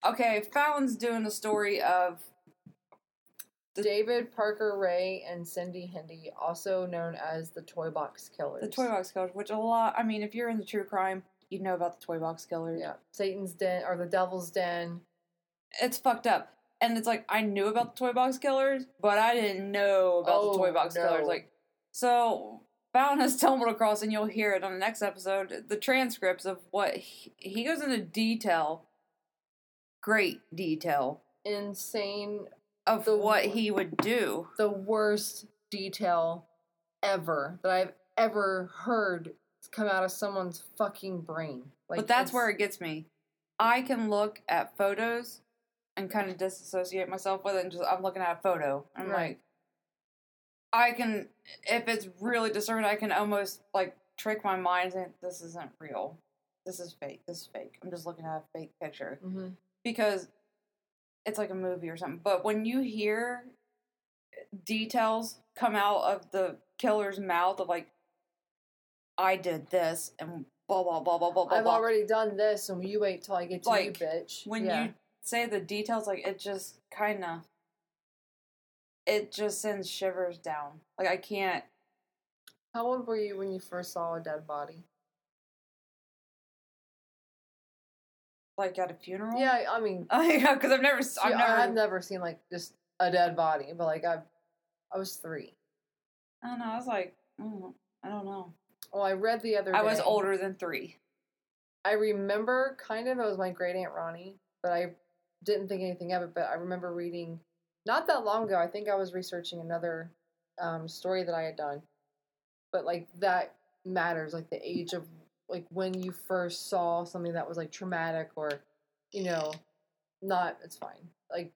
Speaker 1: Okay, Fallon's doing the story of the-
Speaker 2: David Parker Ray and Cindy Hindy, also known as the Toy Box Killers.
Speaker 1: the toy box killers, which a lot. I mean, if you're into true crime, you know about the toy box killers.
Speaker 2: Yeah, Satan's Den or the Devil's Den.
Speaker 1: it's fucked up. And it's like I knew about the toy box killers, but I didn't know about
Speaker 2: Oh,
Speaker 1: the toy box
Speaker 2: no.
Speaker 1: killers. Like, so Fallon has stumbled across, and you'll hear it on the next episode. The transcripts of what he, he goes into detail, great detail
Speaker 2: Insane,
Speaker 1: of
Speaker 2: The-
Speaker 1: what he would do.
Speaker 2: the worst detail ever that I've ever heard come out of someone's fucking brain. Like,
Speaker 1: but that's
Speaker 2: it's-
Speaker 1: where it gets me. I can look at photos and kind of disassociate myself with it, and just I'm looking at a photo. I'm
Speaker 2: Right.
Speaker 1: like, I can, if it's really disturbing, I can almost like trick my mind and this isn't real. This is fake. This is fake. I'm just looking at a fake picture
Speaker 2: Mhm.
Speaker 1: because it's like a movie or something. But when you hear details come out of the killer's mouth of like, I did this and blah blah blah blah blah blah.
Speaker 2: I've
Speaker 1: blah
Speaker 2: already done this, and you wait till I get to you,
Speaker 1: Like,
Speaker 2: bitch.
Speaker 1: when
Speaker 2: Yeah.
Speaker 1: you say the details like it just kind of it just sends shivers down like i can't
Speaker 2: how old were you when you first saw a dead body?
Speaker 1: like at a funeral
Speaker 2: Yeah, I mean,
Speaker 1: because i've never s-
Speaker 2: See,
Speaker 1: i've never
Speaker 2: I've never seen like just a dead body, but like I've, I was three.
Speaker 1: i don't know i was like mm, i don't know
Speaker 2: Well, I read the other.
Speaker 1: i was
Speaker 2: day-
Speaker 1: older than three
Speaker 2: I remember kind of it was my great aunt Ronnie, but I didn't think anything of it. But I remember reading not that long ago. I think I was researching another um, story that I had done, but like that matters, like the age of like when you first saw something that was like traumatic or you know not it's fine like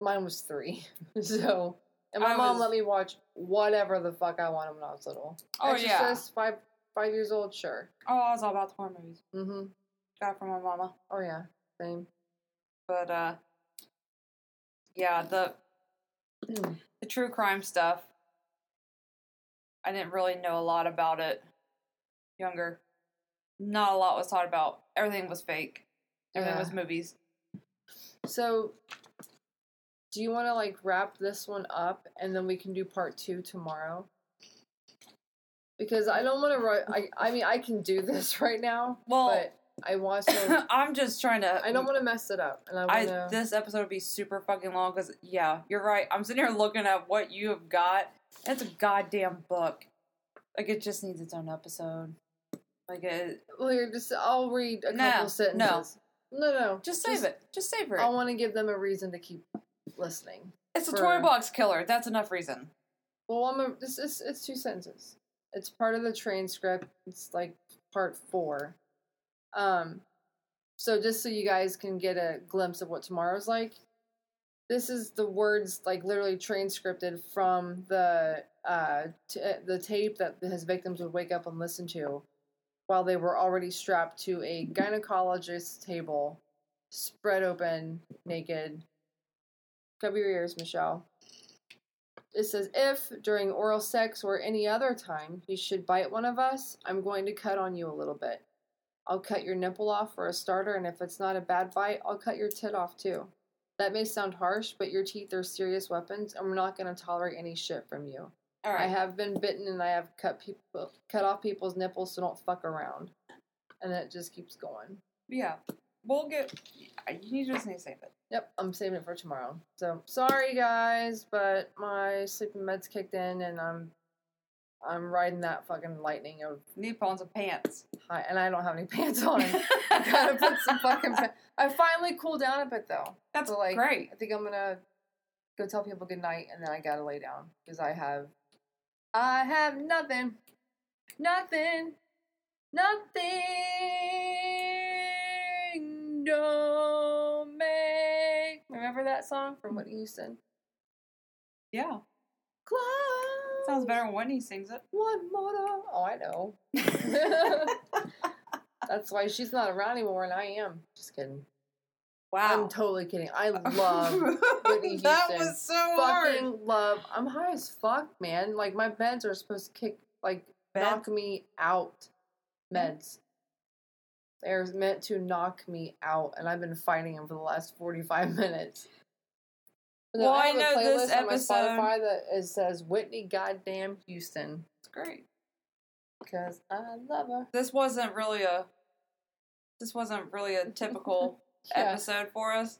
Speaker 2: mine was three so and my
Speaker 1: I
Speaker 2: mom
Speaker 1: was-
Speaker 2: let me watch whatever the fuck i wanted when i was little
Speaker 1: Oh, yeah.
Speaker 2: Exorcist, five five years old sure
Speaker 1: Oh, I was all about the horror movies.
Speaker 2: mm-hmm
Speaker 1: Got it from my mama.
Speaker 2: oh yeah same
Speaker 1: But uh yeah, the
Speaker 2: Mm.
Speaker 1: the true crime stuff. I didn't really know a lot about it younger. Not a lot was taught about. Everything was fake. Everything
Speaker 2: Yeah.
Speaker 1: was movies.
Speaker 2: so do you want to like wrap this one up and then we can do part two tomorrow because i don't want to ru- i i mean i can do this right now
Speaker 1: Well,
Speaker 2: but I want to.
Speaker 1: I'm just trying to
Speaker 2: I don't want to mess it up, and I
Speaker 1: I
Speaker 2: want to.
Speaker 1: this episode would be super fucking long because yeah, you're right. I'm sitting here looking at what you have got. It's a goddamn book. Like it just needs its own episode. Like it,
Speaker 2: Well, you're just. I'll read a
Speaker 1: No,
Speaker 2: couple sentences. No, no, no.
Speaker 1: just save it. Just savor it.
Speaker 2: I want to give them a reason to keep listening.
Speaker 1: it's a
Speaker 2: for-
Speaker 1: toy box killer. That's enough reason.
Speaker 2: Well, I'm. A, this is. It's two sentences. It's part of the transcript. It's like part four. Um, so just so you guys can get a glimpse of what tomorrow's like, this is the words like literally transcripted from the uh t- uh, the tape that his victims would wake up and listen to while they were already strapped to a gynecologist's table, spread open, naked. Cover your ears, Michelle. It says, if during oral sex or any other time you should bite one of us, I'm going to cut on you a little bit. I'll cut your nipple off for a starter, and if it's not a bad bite, I'll cut your tit off too. That may sound harsh, but your teeth are serious weapons, and we're not going to tolerate any shit from you.
Speaker 1: All
Speaker 2: I
Speaker 1: right.
Speaker 2: have been bitten and I have cut people cut off people's nipples, so don't fuck around. And then it just keeps going.
Speaker 1: yeah, we'll get. You just need to save it.
Speaker 2: Yep, I'm saving it for tomorrow. So sorry guys, but my sleeping meds kicked in and I'm I'm riding that fucking lightning of
Speaker 1: Nippons and pants.
Speaker 2: high and I don't have any pants on. I gotta put some fucking pa- I finally cooled down a bit though.
Speaker 1: That's
Speaker 2: So, like,
Speaker 1: great.
Speaker 2: I think I'm gonna go tell people good night and then I gotta lay down because I have I have nothing. Nothing. Nothing don't make remember that song from Whitney Houston?
Speaker 1: Yeah,
Speaker 2: Close
Speaker 1: sounds better when he sings it.
Speaker 2: one more to- Oh I know. That's why she's not around anymore and I am. Just kidding. I'm
Speaker 1: Wow.
Speaker 2: totally kidding. I love Whitney
Speaker 1: that
Speaker 2: Houston.
Speaker 1: was so hard.
Speaker 2: fucking love. I'm high as fuck, man. Like my meds are supposed to kick, like knock me out.
Speaker 1: Hmm?
Speaker 2: Meds. They're meant to knock me out, and I've been fighting them for the last 45 minutes. But then
Speaker 1: Well, I
Speaker 2: have a
Speaker 1: know this
Speaker 2: playlist on my
Speaker 1: episode-
Speaker 2: Spotify that it says Whitney Goddamn Houston
Speaker 1: That's great.
Speaker 2: because I love her.
Speaker 1: This wasn't really a. This wasn't really a typical
Speaker 2: Yeah,
Speaker 1: episode for us.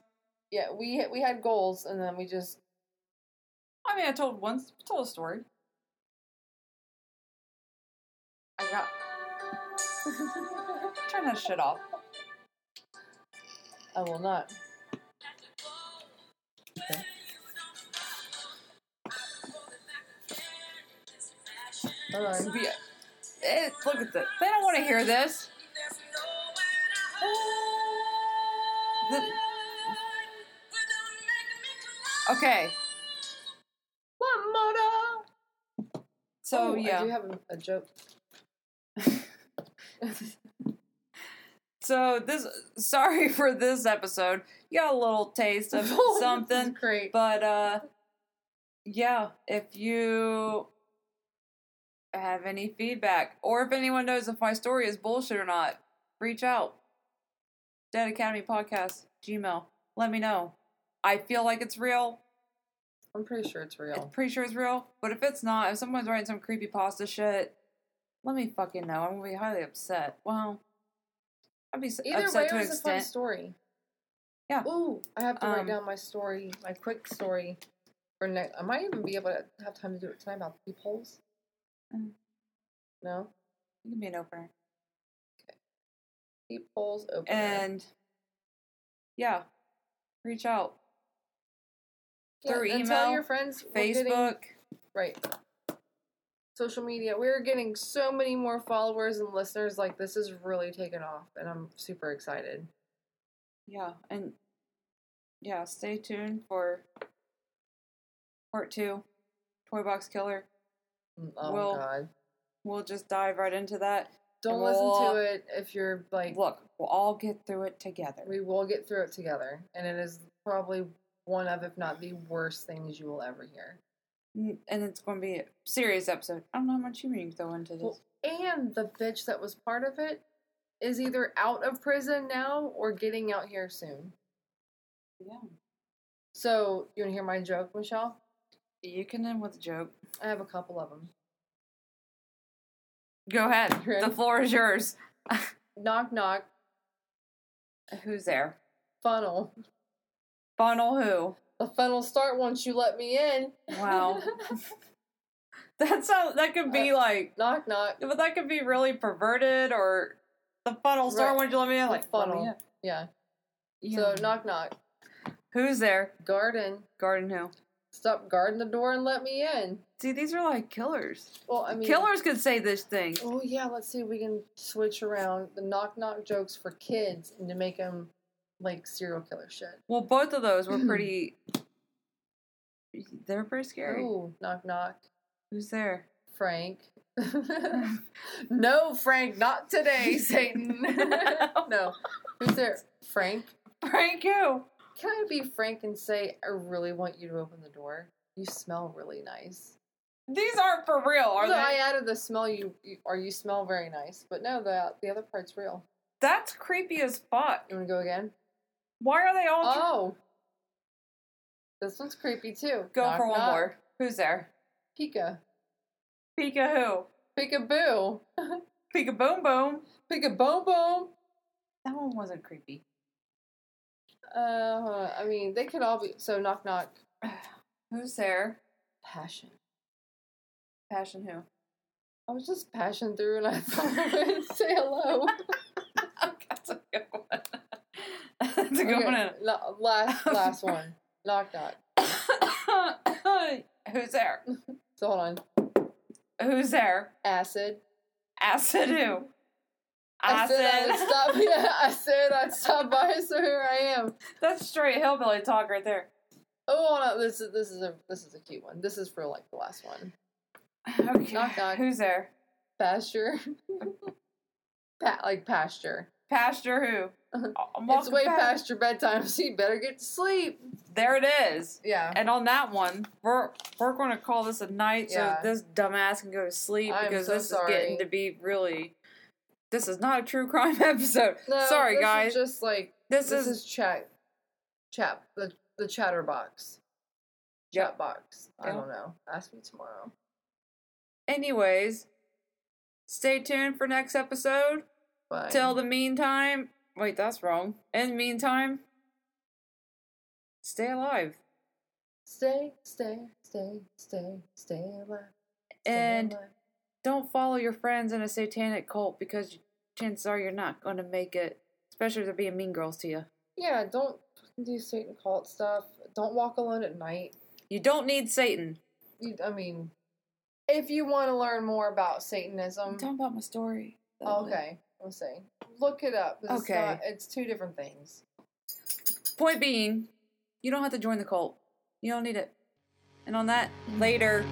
Speaker 2: yeah. We we had goals, and then we just
Speaker 1: I mean, I told one told a story. I got turn that shit off.
Speaker 2: I will not. Hold on.
Speaker 1: Be- eh, look at this. They don't want to hear this. The- okay,
Speaker 2: One more to-
Speaker 1: so
Speaker 2: Oh, I
Speaker 1: yeah.
Speaker 2: do have a, a joke.
Speaker 1: So this sorry for this episode. You got a little taste of
Speaker 2: Oh, This
Speaker 1: something.
Speaker 2: is great.
Speaker 1: But uh yeah, if you have any feedback or if anyone knows if my story is bullshit or not, reach out. Dead Academy Podcast, Gmail. Let me know. I feel like it's real.
Speaker 2: I'm pretty sure it's
Speaker 1: It's
Speaker 2: real.
Speaker 1: pretty sure it's real. But if it's not, if someone's writing some creepy pasta shit, let me fucking know. I'm gonna be highly upset. Well, I'd be s-
Speaker 2: Either way,
Speaker 1: upset
Speaker 2: it
Speaker 1: uh, to an
Speaker 2: was a fun
Speaker 1: extent.
Speaker 2: story.
Speaker 1: Yeah.
Speaker 2: Ooh, I have to
Speaker 1: Um,
Speaker 2: write down my story, my quick story for next. I might even be able to have time to do it tonight about the peepholes.
Speaker 1: Mm.
Speaker 2: No
Speaker 1: It can be an opener.
Speaker 2: peepholes oh,
Speaker 1: Uh,
Speaker 2: open.
Speaker 1: And yeah, reach out. through
Speaker 2: and
Speaker 1: email,
Speaker 2: tell your friends we're getting-
Speaker 1: Facebook.
Speaker 2: right. social media. We're getting so many more followers and listeners. Like this is really taken off, and I'm super excited.
Speaker 1: Yeah, and yeah, stay tuned for part two, Toy Box Killer.
Speaker 2: Oh
Speaker 1: Well,
Speaker 2: God!
Speaker 1: We'll just dive right into that.
Speaker 2: Don't
Speaker 1: well,
Speaker 2: listen to it if you're like.
Speaker 1: Look, we'll all get through it together.
Speaker 2: We will get through it together, and it is probably one of, if not the worst things you will ever hear.
Speaker 1: N- And it's going to be a serious episode. I don't know how much humor you can throw into this.
Speaker 2: Well, And the bitch that was part of it is either out of prison now or getting out here soon.
Speaker 1: yeah.
Speaker 2: So you want to hear my joke, Michelle?
Speaker 1: You can end with a joke.
Speaker 2: I have a couple of them.
Speaker 1: Go ahead.
Speaker 2: You ready?
Speaker 1: The floor is yours.
Speaker 2: Knock knock
Speaker 1: Who's there?
Speaker 2: funnel.
Speaker 1: Funnel who?
Speaker 2: The funnel start once you let me in.
Speaker 1: Wow. That sounds. That could
Speaker 2: Uh,
Speaker 1: be like.
Speaker 2: knock knock.
Speaker 1: But that could be really perverted or the funnel star.
Speaker 2: Right.
Speaker 1: Right. Would you let me in? Like
Speaker 2: funnel.
Speaker 1: let me
Speaker 2: Yeah.
Speaker 1: in.
Speaker 2: So knock knock.
Speaker 1: Who's there?
Speaker 2: Garden.
Speaker 1: Garden who?
Speaker 2: Stop guarding the door and let me in.
Speaker 1: See, these are like killers.
Speaker 2: Well, I mean
Speaker 1: killers could say this thing.
Speaker 2: Oh yeah, let's see if we can switch around the knock knock jokes for kids and to make them like serial killer shit.
Speaker 1: Well, both of those were pretty. They're pretty scary.
Speaker 2: Ooh, knock knock.
Speaker 1: Who's there?
Speaker 2: Frank. no, Frank, not today, Satan. no. Who's there? Frank?
Speaker 1: Frank who?
Speaker 2: Can I be frank and say, I really want you to open the door? You smell really nice.
Speaker 1: These aren't for real, are
Speaker 2: so I
Speaker 1: they?
Speaker 2: added the smell, you, you or you smell very nice. But no, the, the other part's real.
Speaker 1: That's creepy as fuck.
Speaker 2: You want to go again?
Speaker 1: Why are they all?
Speaker 2: Oh! This one's creepy too.
Speaker 1: Go
Speaker 2: Knock,
Speaker 1: for one
Speaker 2: knock.
Speaker 1: more. Who's there?
Speaker 2: Pika.
Speaker 1: Pika who?
Speaker 2: Pika boo.
Speaker 1: Pika boom boom.
Speaker 2: Pika boom boom.
Speaker 1: That one wasn't creepy.
Speaker 2: Uh, hold on. I mean, they could all be. So knock knock.
Speaker 1: Who's there?
Speaker 2: Passion.
Speaker 1: Passion who?
Speaker 2: I was just passing through and I thought I would say hello.
Speaker 1: That's a good one. That's a good
Speaker 2: Okay, la- last last one. Knock knock.
Speaker 1: one. Who's there?
Speaker 2: So hold on.
Speaker 1: Who's there?
Speaker 2: Acid.
Speaker 1: Acid who?
Speaker 2: I said I would
Speaker 1: Acid.
Speaker 2: stop. Yeah, I said I'd stop by, so here I am.
Speaker 1: That's straight hillbilly talk right there.
Speaker 2: Oh, hold on. This is this is a this is a cute one. This is for like the last one.
Speaker 1: Okay.
Speaker 2: Knock, knock.
Speaker 1: Who's there?
Speaker 2: Pasture. pa- like pasture.
Speaker 1: Pasture who? Uh, I'm walking
Speaker 2: it's way
Speaker 1: past-
Speaker 2: past your bedtime, so you better get to sleep.
Speaker 1: There it is.
Speaker 2: Yeah.
Speaker 1: And on that one, we're we're going to call this a night
Speaker 2: Yeah.
Speaker 1: so this dumbass can go to sleep
Speaker 2: I'm
Speaker 1: because
Speaker 2: so
Speaker 1: this
Speaker 2: sorry.
Speaker 1: is getting to be really. This is not a true crime episode.
Speaker 2: No,
Speaker 1: sorry,
Speaker 2: this is
Speaker 1: guys.
Speaker 2: just like
Speaker 1: this,
Speaker 2: this,
Speaker 1: is,
Speaker 2: is, chat, chat the the chatterbox,
Speaker 1: Yep.
Speaker 2: chat box. I
Speaker 1: Yeah.
Speaker 2: don't know. Ask me tomorrow.
Speaker 1: anyways. Stay tuned for next episode.
Speaker 2: But
Speaker 1: Till the meantime, wait, that's wrong. In the meantime, stay alive
Speaker 2: stay, stay, stay, stay, stay alive. Stay
Speaker 1: and
Speaker 2: alive.
Speaker 1: don't follow your friends in a satanic cult because chances are you're not going to make it, especially if they're being mean girls to you.
Speaker 2: yeah, don't fucking do Satan cult stuff. Don't walk alone at night.
Speaker 1: You don't need Satan.
Speaker 2: You, I mean, if you want to learn more about Satanism,
Speaker 1: I'm talking about my story.
Speaker 2: Mm-hmm. okay, we'll see. Look it up. 'cause It's
Speaker 1: Okay.
Speaker 2: not- it's two different things.
Speaker 1: Point being, you don't have to join the cult. You don't need it. And on that, later.